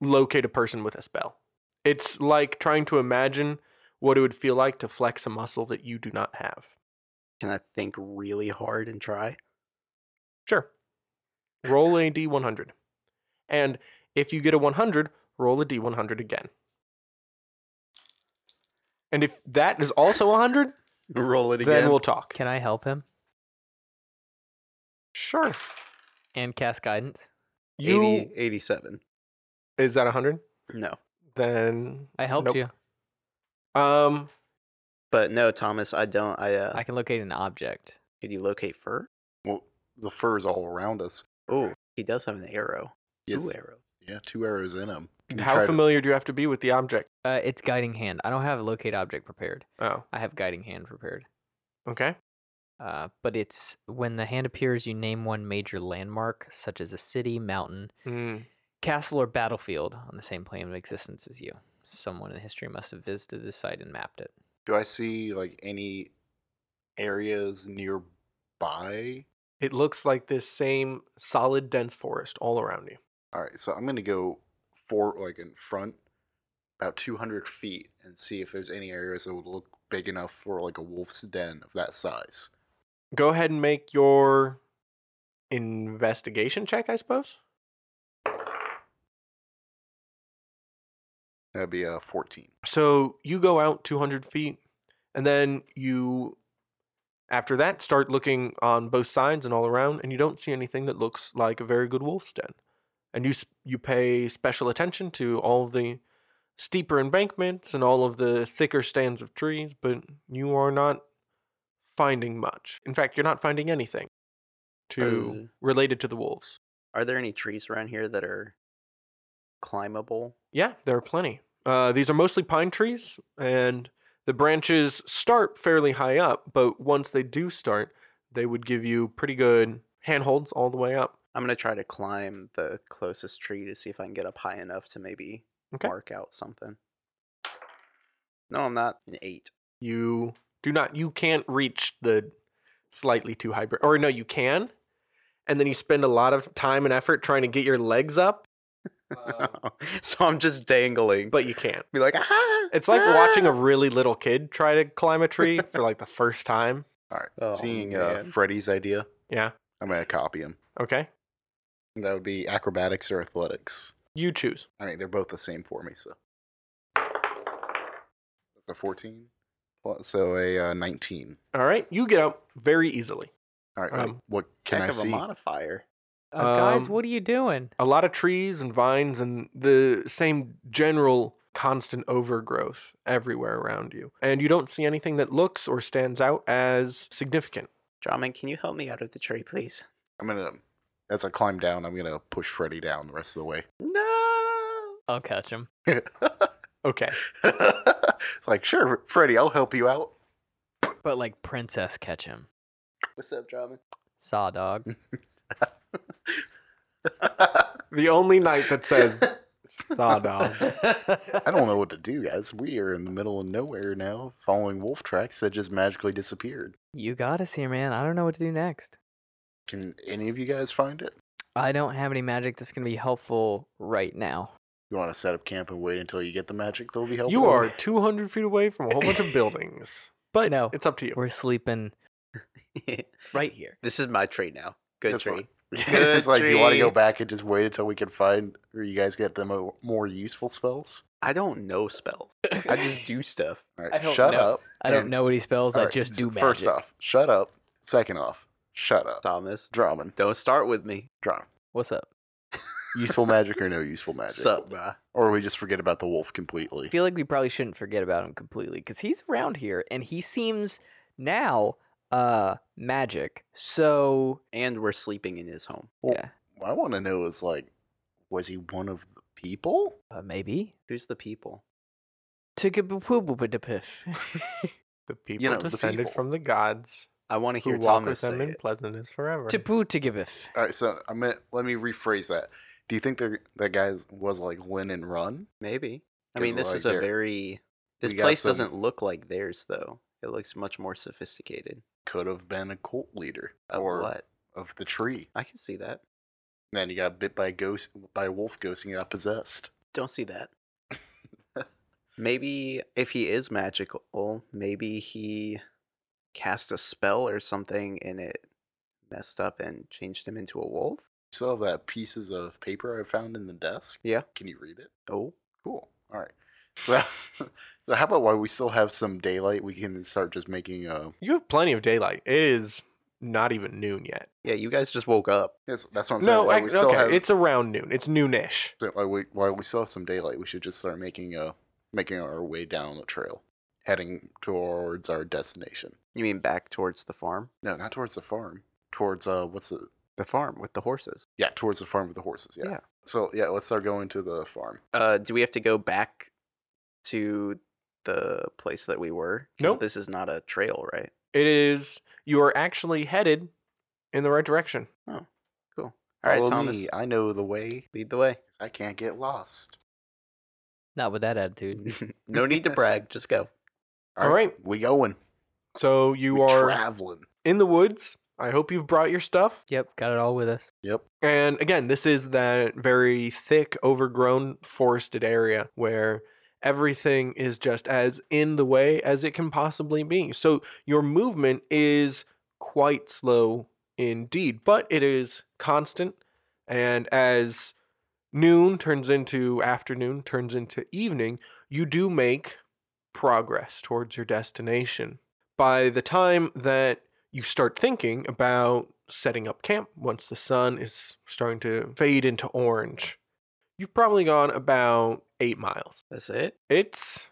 [SPEAKER 1] locate a person with a spell it's like trying to imagine what it would feel like to flex a muscle that you do not have
[SPEAKER 3] Can I think really hard and
[SPEAKER 5] *laughs*
[SPEAKER 3] try?
[SPEAKER 1] sure roll a d100 and if you get a 100 roll a d100 again and if that is also 100
[SPEAKER 3] Roll it
[SPEAKER 1] then we'll talk
[SPEAKER 4] Can I help him?
[SPEAKER 1] Sure.
[SPEAKER 4] and cast guidance.
[SPEAKER 1] You
[SPEAKER 5] 80, 87.
[SPEAKER 1] is that 100?
[SPEAKER 5] No.
[SPEAKER 1] Then
[SPEAKER 4] I helped
[SPEAKER 1] Nope.
[SPEAKER 4] you.
[SPEAKER 1] um
[SPEAKER 3] But no, Thomas, I don't. I uh,
[SPEAKER 4] I can locate an object.
[SPEAKER 3] could you locate fur?
[SPEAKER 5] Well, the fur is all around us.
[SPEAKER 3] Oh, he does have an arrow.
[SPEAKER 5] Yes.
[SPEAKER 3] Two arrows.
[SPEAKER 5] Yeah, two arrows in him.
[SPEAKER 1] how familiar do you have to be with the object?
[SPEAKER 4] Uh, it's guiding hand. I don't have locate object prepared.
[SPEAKER 1] Oh,
[SPEAKER 4] I have guiding hand prepared.
[SPEAKER 1] okay.
[SPEAKER 4] Uh, but it's when the hand appears, you name one major landmark, such as a city, mountain,
[SPEAKER 1] Mm,
[SPEAKER 4] castle, or battlefield on the same plane of existence as you. Someone in history must have visited this site and mapped it.
[SPEAKER 5] Do I see like any areas nearby?
[SPEAKER 1] It looks like this same solid dense forest all around you.
[SPEAKER 5] All right, so I'm gonna go for like in front, about 200 feet, and see if there's any areas that would look big enough for like a wolf's den of that size.
[SPEAKER 1] Go ahead and make your investigation check, I suppose.
[SPEAKER 5] That'd be uh, a 14.
[SPEAKER 1] So you go out 200 feet, and then you, after that, start looking on both sides and all around, and you don't see anything that looks like a very good wolf's den. And you s- you pay special attention to all the steeper embankments and all of the thicker stands of trees, but you are not finding much. In fact, you're not finding anything to
[SPEAKER 3] Um,
[SPEAKER 1] related to the wolves.
[SPEAKER 3] Are there any trees around here that are climbable?
[SPEAKER 1] Yeah, there are plenty. Uh, these are mostly pine trees, and the branches start fairly high up, but once they do start, they would give you pretty good handholds all the way up.
[SPEAKER 3] I'm gonna try to climb the closest tree to see if I can get up high enough to maybe
[SPEAKER 1] Okay.
[SPEAKER 3] mark out something. No, I'm not an eight.
[SPEAKER 1] You do not, you can't reach the slightly too high, br- or no, you can, and then you spend a lot of time and effort trying to get your legs up,
[SPEAKER 3] *laughs* so I'm just dangling.
[SPEAKER 1] Uh, but you can't.
[SPEAKER 3] be like, ah!
[SPEAKER 1] It's like
[SPEAKER 3] *laughs*
[SPEAKER 1] watching a
[SPEAKER 3] ah!"
[SPEAKER 1] really little kid try to climb a tree for like the first time.
[SPEAKER 5] All right,
[SPEAKER 3] Oh,
[SPEAKER 5] seeing uh,
[SPEAKER 3] man.
[SPEAKER 5] Freddy's idea,
[SPEAKER 1] Yeah.
[SPEAKER 5] I'm gonna copy him.
[SPEAKER 1] Okay.
[SPEAKER 5] That would be acrobatics or athletics.
[SPEAKER 1] You choose.
[SPEAKER 5] I mean, they're both the same for me, so. That's a 14. Well, So a uh, 19.
[SPEAKER 1] All right. You get up very easily.
[SPEAKER 5] All right.
[SPEAKER 1] Um,
[SPEAKER 5] what can
[SPEAKER 3] heck
[SPEAKER 5] I
[SPEAKER 3] of a
[SPEAKER 5] see?
[SPEAKER 3] modifier.
[SPEAKER 4] Uh, guys,
[SPEAKER 1] Um,
[SPEAKER 4] what are you doing?
[SPEAKER 1] a lot of trees and vines and the same general constant overgrowth everywhere around you. And you don't see anything that looks or stands out as significant.
[SPEAKER 3] Draman, can you help me out of the tree, please?
[SPEAKER 5] I'm going to, as I climb down, I'm going to push Freddy down the rest of the way. *laughs*
[SPEAKER 3] No.
[SPEAKER 4] I'll catch him.
[SPEAKER 5] it's
[SPEAKER 1] Okay.
[SPEAKER 5] like, sure, Freddy, I'll help you out.
[SPEAKER 4] But like princess catch him.
[SPEAKER 3] What's up, Draman?
[SPEAKER 4] Saw dog.
[SPEAKER 5] I
[SPEAKER 1] The only knight that *laughs*
[SPEAKER 3] *laughs*
[SPEAKER 1] says Sawdog.
[SPEAKER 5] don't know what to do, guys. We are in the middle of nowhere now, following wolf tracks that just magically disappeared.
[SPEAKER 4] *laughs* you got us here, man. I don't know what to do next.
[SPEAKER 5] Can any of you guys find it?
[SPEAKER 4] I don't have any magic that's gonna be helpful right now.
[SPEAKER 5] You want to set up camp and wait until you get the magic that'll be helpful?
[SPEAKER 1] You
[SPEAKER 5] *laughs*
[SPEAKER 1] are 200 feet away from a whole bunch of buildings. But
[SPEAKER 4] No.
[SPEAKER 1] it's up to you.
[SPEAKER 4] We're sleeping right here.
[SPEAKER 3] *laughs* this is my tree now. Good
[SPEAKER 5] That's
[SPEAKER 3] tree.
[SPEAKER 5] fine. it's like you want to go
[SPEAKER 3] Country.
[SPEAKER 5] back and just wait until we can find or you guys get the mo- more useful spells.
[SPEAKER 3] I don't know spells. I
[SPEAKER 1] *laughs*
[SPEAKER 3] just do stuff.
[SPEAKER 5] All
[SPEAKER 4] I
[SPEAKER 5] right,
[SPEAKER 4] don't
[SPEAKER 5] shut
[SPEAKER 4] know.
[SPEAKER 5] up.
[SPEAKER 4] I don't
[SPEAKER 5] and-
[SPEAKER 4] know what he spells.
[SPEAKER 5] all
[SPEAKER 4] I
[SPEAKER 5] right,
[SPEAKER 4] just
[SPEAKER 5] s-
[SPEAKER 4] do magic.
[SPEAKER 5] First off, shut up. Second off, shut up.
[SPEAKER 3] Thomas,
[SPEAKER 5] Drummond,
[SPEAKER 3] don't start with me.
[SPEAKER 5] Drummond.
[SPEAKER 4] What's up? *laughs*
[SPEAKER 5] Useful magic or no useful magic?
[SPEAKER 3] Sup, bruh.
[SPEAKER 5] Or we just forget about the wolf
[SPEAKER 4] I
[SPEAKER 5] completely.
[SPEAKER 4] feel like we probably shouldn't forget about him completely because he's around here and he seems now uh magic. So
[SPEAKER 3] And we're sleeping in his home.
[SPEAKER 5] Well-
[SPEAKER 4] yeah,
[SPEAKER 5] What I want to know is like, was he one of the people?
[SPEAKER 4] uh, maybe
[SPEAKER 3] Who's the people?
[SPEAKER 4] took a poop *laughs*
[SPEAKER 1] The people
[SPEAKER 5] know, the
[SPEAKER 1] descended
[SPEAKER 5] people.
[SPEAKER 1] from the gods
[SPEAKER 3] I want to
[SPEAKER 1] who
[SPEAKER 3] hear
[SPEAKER 1] walk with
[SPEAKER 3] Thomas
[SPEAKER 1] them
[SPEAKER 3] say
[SPEAKER 1] in
[SPEAKER 3] it.
[SPEAKER 1] pleasantness forever.
[SPEAKER 4] to poo to give if.
[SPEAKER 5] All right, so I meant let me rephrase that. Do you think there, that guy was like win and run?
[SPEAKER 3] Maybe. I
[SPEAKER 5] 'Cause,
[SPEAKER 3] mean, this
[SPEAKER 5] like,
[SPEAKER 3] is a
[SPEAKER 5] they're-
[SPEAKER 3] very. This
[SPEAKER 5] we got
[SPEAKER 3] place
[SPEAKER 5] some-
[SPEAKER 3] doesn't look like theirs, though. It looks much more sophisticated.
[SPEAKER 5] Could have been a cult leader
[SPEAKER 3] Of
[SPEAKER 5] or
[SPEAKER 3] what?
[SPEAKER 5] of the tree.
[SPEAKER 3] I can see that.
[SPEAKER 5] Then he got bit by a ghost, by a wolf ghost, and he got possessed.
[SPEAKER 3] Don't see that. *laughs* maybe if he is magical, maybe he cast a spell or something and it messed up and changed him into a wolf.
[SPEAKER 5] Still have that pieces of paper I found in the desk.
[SPEAKER 3] Yeah.
[SPEAKER 5] Can you read it?
[SPEAKER 3] Oh,
[SPEAKER 5] Cool. All right. So, *laughs* so how about while we still have some daylight, we can start just making a
[SPEAKER 1] you have plenty of daylight. It is not even noon yet.
[SPEAKER 3] Yeah, you guys just woke up.
[SPEAKER 5] Yes, that's what I'm saying.
[SPEAKER 1] No,
[SPEAKER 5] Why
[SPEAKER 1] I,
[SPEAKER 5] we
[SPEAKER 1] okay,
[SPEAKER 5] still have,
[SPEAKER 1] it's around noon. It's noonish.
[SPEAKER 5] so why we, why we still have some daylight. We should just start making a making our way down the trail, heading towards our destination.
[SPEAKER 3] You mean back towards the farm?
[SPEAKER 5] No, not towards the farm. Towards uh, what's the
[SPEAKER 3] The farm with the horses.
[SPEAKER 5] yeah? Towards the farm with the horses. Yeah.
[SPEAKER 3] Yeah.
[SPEAKER 5] So yeah, let's start going to the farm.
[SPEAKER 3] Uh, do we have to go back to the place that we were? 'Cause
[SPEAKER 1] Nope.
[SPEAKER 3] This is not a trail, right?
[SPEAKER 1] It is. You are actually headed in the right direction.
[SPEAKER 3] All right,
[SPEAKER 5] Follow
[SPEAKER 3] Thomas,
[SPEAKER 5] me. I know the way.
[SPEAKER 3] lead the way.
[SPEAKER 5] I can't get lost.
[SPEAKER 4] Not with that attitude.
[SPEAKER 3] *laughs* no *laughs* need to brag. Just go.
[SPEAKER 1] All right.
[SPEAKER 5] we going.
[SPEAKER 1] So you
[SPEAKER 5] we
[SPEAKER 1] are
[SPEAKER 5] traveling.
[SPEAKER 1] in the woods. I hope you've brought your stuff.
[SPEAKER 4] Yep, got it all with us.
[SPEAKER 5] Yep.
[SPEAKER 1] And again, this is that very thick, overgrown, forested area where everything is just as in the way as it can possibly be. So your movement is quite slow indeed, but it is constant. And as noon turns into afternoon, turns into evening, you do make progress towards your destination. By the time that you start thinking about setting up camp once the sun is starting to fade into orange. You've probably gone about eight miles.
[SPEAKER 3] That's it.
[SPEAKER 1] It's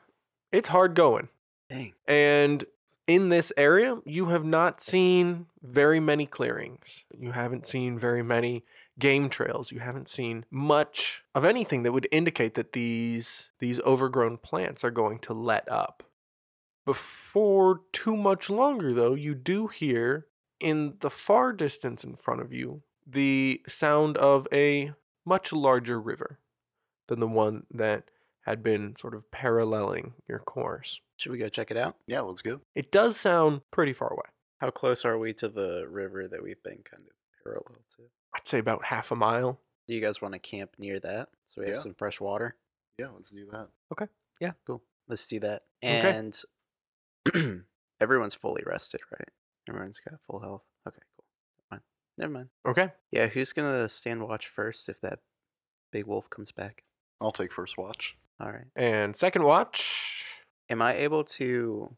[SPEAKER 1] it's hard going.
[SPEAKER 3] Dang.
[SPEAKER 1] And in this area, you have not seen very many clearings. You haven't seen very many game trails. You haven't seen much of anything that would indicate that these these overgrown plants are going to let up. Before too much longer though, you do hear in the far distance in front of you the sound of a much larger river than the one that had been sort of paralleling your course.
[SPEAKER 3] Should we go check it out?
[SPEAKER 5] Yeah, let's go.
[SPEAKER 1] It does sound pretty far away.
[SPEAKER 3] How close are we to the river that we've been kind of parallel to?
[SPEAKER 1] I'd say about half a mile.
[SPEAKER 3] Do you guys want to camp near that so we have
[SPEAKER 5] Yeah.
[SPEAKER 3] some fresh water?
[SPEAKER 5] Yeah, let's do that.
[SPEAKER 3] Cool. Let's do that.
[SPEAKER 1] Okay.
[SPEAKER 3] And *clears throat* everyone's fully rested, right? Everyone's got full health. Okay, cool. Fine. Never mind.
[SPEAKER 1] Okay.
[SPEAKER 3] Yeah, who's gonna stand watch first if that big wolf comes back?
[SPEAKER 5] I'll take first watch.
[SPEAKER 3] All right.
[SPEAKER 1] And second watch,
[SPEAKER 3] Am I able to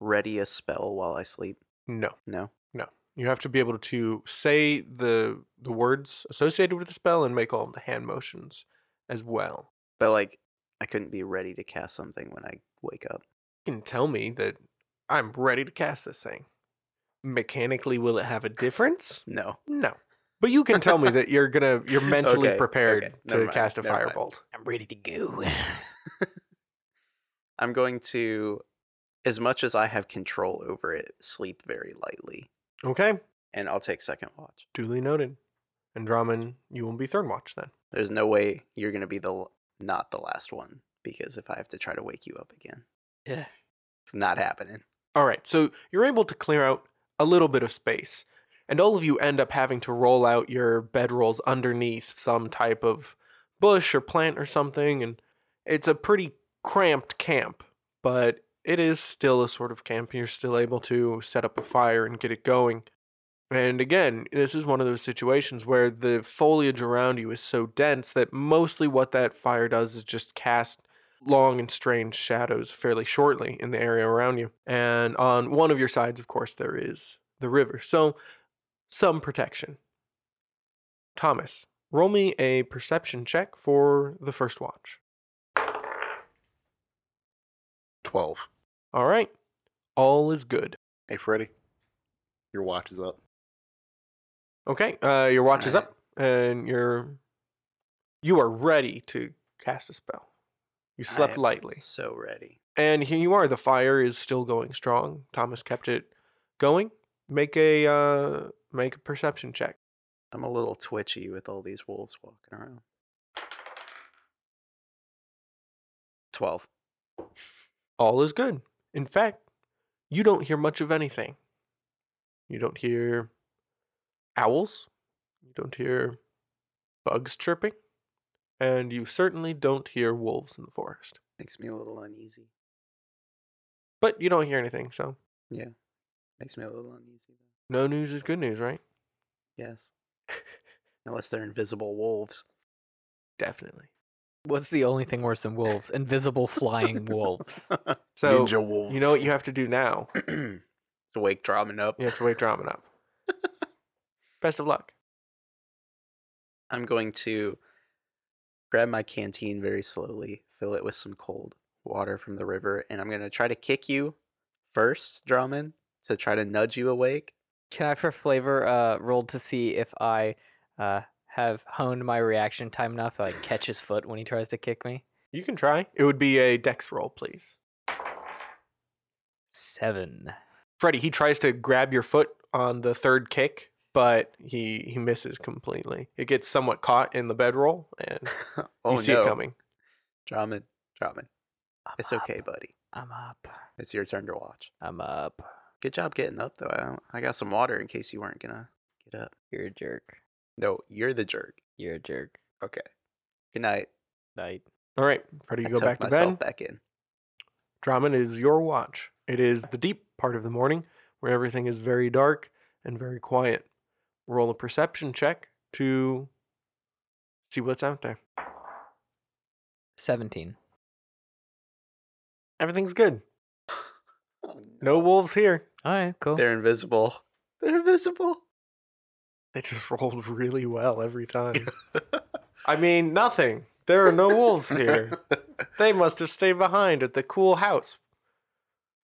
[SPEAKER 3] ready a spell while I sleep?
[SPEAKER 1] no.
[SPEAKER 3] No.
[SPEAKER 1] You have to be able to say the the words associated with the spell and make all the hand motions as well.
[SPEAKER 3] But like, I couldn't be ready to cast something when I wake up.
[SPEAKER 1] You can tell me that I'm ready to cast this thing. Mechanically, will it have a difference?
[SPEAKER 3] No.
[SPEAKER 1] No. But you can tell me that you're gonna you're mentally
[SPEAKER 3] Okay,
[SPEAKER 1] prepared
[SPEAKER 3] okay,
[SPEAKER 1] to
[SPEAKER 3] never mind,
[SPEAKER 1] cast a
[SPEAKER 3] never mind.
[SPEAKER 1] firebolt.
[SPEAKER 4] I'm ready to go. *laughs*
[SPEAKER 3] I'm going to, as much as I have control over it, sleep very lightly,
[SPEAKER 1] Okay.
[SPEAKER 3] and I'll take second watch.
[SPEAKER 1] Duly noted. And Draman, you will be third watch then.
[SPEAKER 3] There's no way you're gonna be the l- not the last one because if I have to try to wake you up again,
[SPEAKER 4] Yeah.
[SPEAKER 3] it's not happening.
[SPEAKER 1] All right, so you're able to clear out a little bit of space, and all of you end up having to roll out your bedrolls underneath some type of bush or plant or something, and it's a pretty cramped camp, but it is still a sort of camp. You're still able to set up a fire and get it going. And again, this is one of those situations where the foliage around you is so dense that mostly what that fire does is just cast long and strange shadows fairly shortly in the area around you. And on one of your sides, of course, there is the river. So some protection. Thomas, roll me a perception check for the first watch.
[SPEAKER 5] 12.
[SPEAKER 1] All right. All is good.
[SPEAKER 5] Hey, Freddy. Your watch is up.
[SPEAKER 1] Okay. Uh, your watch is
[SPEAKER 3] Alright.
[SPEAKER 1] up and you're you are ready to cast a spell. You
[SPEAKER 3] I
[SPEAKER 1] slept
[SPEAKER 3] am
[SPEAKER 1] lightly.
[SPEAKER 3] So ready.
[SPEAKER 1] And here you are. The fire is still going strong. Thomas kept it going. Make a uh, make a perception check.
[SPEAKER 3] I'm a little twitchy with all these wolves walking around. Twelve.
[SPEAKER 1] All is good. In fact, you don't hear much of anything. You don't hear owls. You don't hear bugs chirping, and you certainly don't hear wolves in the forest.
[SPEAKER 3] Makes me a little uneasy.
[SPEAKER 1] But you don't hear anything, so
[SPEAKER 3] Makes me a little uneasy.
[SPEAKER 1] no news is good news, right? *laughs*
[SPEAKER 3] Yes. Unless they're invisible wolves. *clears throat*
[SPEAKER 1] Definitely.
[SPEAKER 4] What's the only thing worse than wolves? Invisible flying *laughs* wolves.
[SPEAKER 1] So
[SPEAKER 5] Ninja wolves.
[SPEAKER 1] you know what you have to do now.
[SPEAKER 3] to wake Draman up.
[SPEAKER 5] *laughs*
[SPEAKER 1] You have to wake Draman up. Best of luck.
[SPEAKER 3] I'm going to grab my canteen very slowly, fill it with some cold water from the river, and I'm going to try to kick you first, Drummond, to try to nudge you awake. *laughs*
[SPEAKER 4] Can I, for flavor, uh, roll to see if I uh, have honed my reaction time enough that I catch his foot when he tries to kick me?
[SPEAKER 1] You can try. It would be a dex roll, please.
[SPEAKER 4] Seven.
[SPEAKER 1] Freddy, he tries to grab your foot on the third kick, but he he misses completely. It gets somewhat caught in the bedroll, and
[SPEAKER 3] *laughs* oh
[SPEAKER 1] you see
[SPEAKER 3] no.
[SPEAKER 1] it coming.
[SPEAKER 3] Drummond, Drummond.
[SPEAKER 4] I'm
[SPEAKER 3] It's
[SPEAKER 4] up,
[SPEAKER 1] *laughs*
[SPEAKER 3] okay, buddy.
[SPEAKER 4] I'm up.
[SPEAKER 3] It's your turn to watch.
[SPEAKER 4] I'm up.
[SPEAKER 3] Good job getting up though. I, I got some water in case you weren't going to get up.
[SPEAKER 4] You're a jerk.
[SPEAKER 3] No, you're the jerk.
[SPEAKER 4] You're a jerk.
[SPEAKER 3] Okay. Good night.
[SPEAKER 4] Night.
[SPEAKER 1] All right, Freddy, you
[SPEAKER 3] I
[SPEAKER 1] go
[SPEAKER 3] tuck
[SPEAKER 1] back to
[SPEAKER 3] myself
[SPEAKER 1] bed.
[SPEAKER 3] back in.
[SPEAKER 1] Drummond, it is your watch. It is the deep part of the morning where everything is very dark and very quiet. Roll a perception check to see what's out there.
[SPEAKER 4] Seventeen.
[SPEAKER 1] Everything's good.
[SPEAKER 3] Oh,
[SPEAKER 1] No wolves here.
[SPEAKER 4] All right, cool.
[SPEAKER 3] They're invisible. *laughs* They're invisible.
[SPEAKER 1] *laughs* They just rolled really well every time. I mean, nothing. There are no wolves
[SPEAKER 5] *laughs*
[SPEAKER 1] here. They must have stayed behind at the cool house.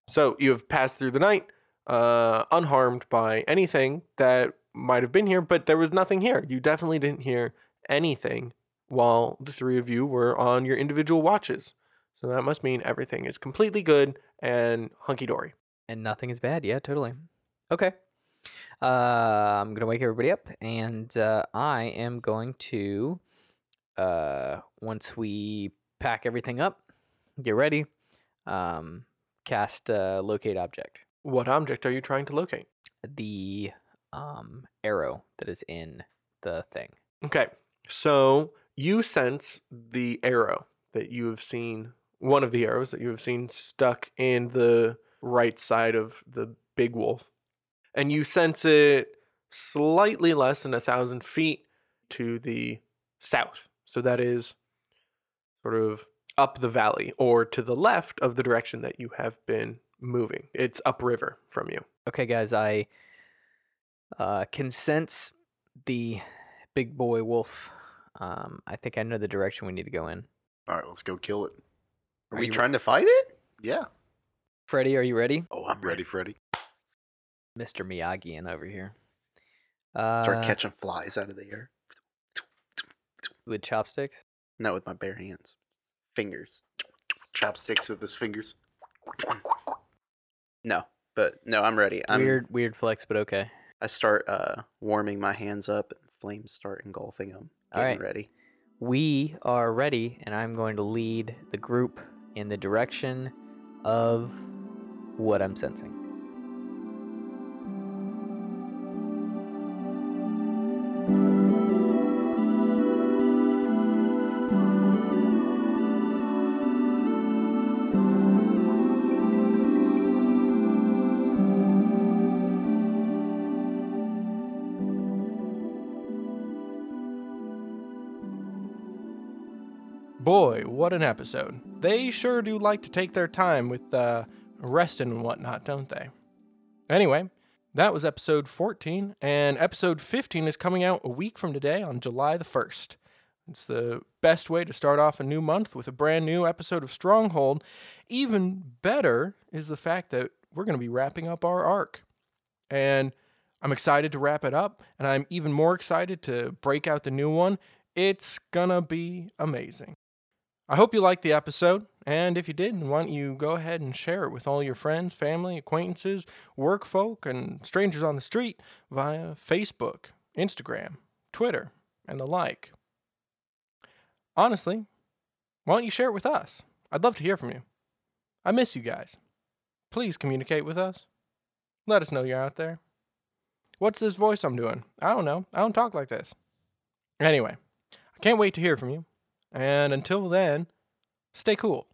[SPEAKER 1] So you have passed through the night, uh, unharmed by anything that might have been here, but there was nothing here. You definitely didn't hear anything while the three of you were on your individual watches. So that must mean everything is completely good and hunky dory.
[SPEAKER 4] and nothing is bad. Yeah, totally. Okay. Uh, I'm gonna wake everybody up, and uh, I am going to, uh, once we pack everything up, get ready, um, cast uh, locate object,
[SPEAKER 1] What object are you trying to locate?
[SPEAKER 4] the um arrow that is in the thing.
[SPEAKER 1] Okay. So you sense the arrow that you have seen, one of the arrows that you have seen stuck in the right side of the big wolf. And you sense it slightly less than a thousand feet to the south. So that is sort of up the valley or to the left of the direction that you have been moving. It's upriver from you.
[SPEAKER 4] Okay, guys, I uh, can sense the big boy wolf. Um, I think I know the direction we need to go in.
[SPEAKER 5] All right, let's go kill it.
[SPEAKER 3] Are,
[SPEAKER 4] Are
[SPEAKER 3] we
[SPEAKER 4] you-
[SPEAKER 3] trying to fight it?
[SPEAKER 5] Yeah.
[SPEAKER 4] Freddy, are you ready?
[SPEAKER 3] Oh, I'm
[SPEAKER 5] Ready, Freddy?
[SPEAKER 4] Mr. Miyagi and over here. Uh,
[SPEAKER 3] Start catching flies out of the air.
[SPEAKER 4] with chopsticks.
[SPEAKER 3] Not with my bare hands. Fingers.
[SPEAKER 5] Chopsticks with his fingers.
[SPEAKER 3] No, but no, I'm ready. I'm,
[SPEAKER 4] Weird, weird flex, but okay.
[SPEAKER 3] I start uh, warming my hands up, and flames start engulfing them.
[SPEAKER 4] All
[SPEAKER 3] Getting
[SPEAKER 4] right.
[SPEAKER 3] ready.
[SPEAKER 4] We are ready, and I'm going to lead the group in the direction of what I'm sensing.
[SPEAKER 1] Boy, what an episode. They sure do like to take their time with uh, resting and whatnot, don't they? Anyway, that was episode 14, and episode 15 is coming out a week from today on July the 1st. It's the best way to start off a new month with a brand new episode of Stronghold. Even better is the fact that we're going to be wrapping up our arc. And I'm excited to wrap it up, and I'm even more excited to break out the new one. It's going to be amazing. I hope you liked the episode, and if you did, why don't you go ahead and share it with all your friends, family, acquaintances, work folk, and strangers on the street via Facebook, Instagram, Twitter, and the like. Honestly, why don't you share it with us? I'd love to hear from you. I miss you guys. Please communicate with us. Let us know you're out there. What's this voice I'm doing? I don't know. I don't talk like this. Anyway, I can't wait to hear from you. And until then, stay cool.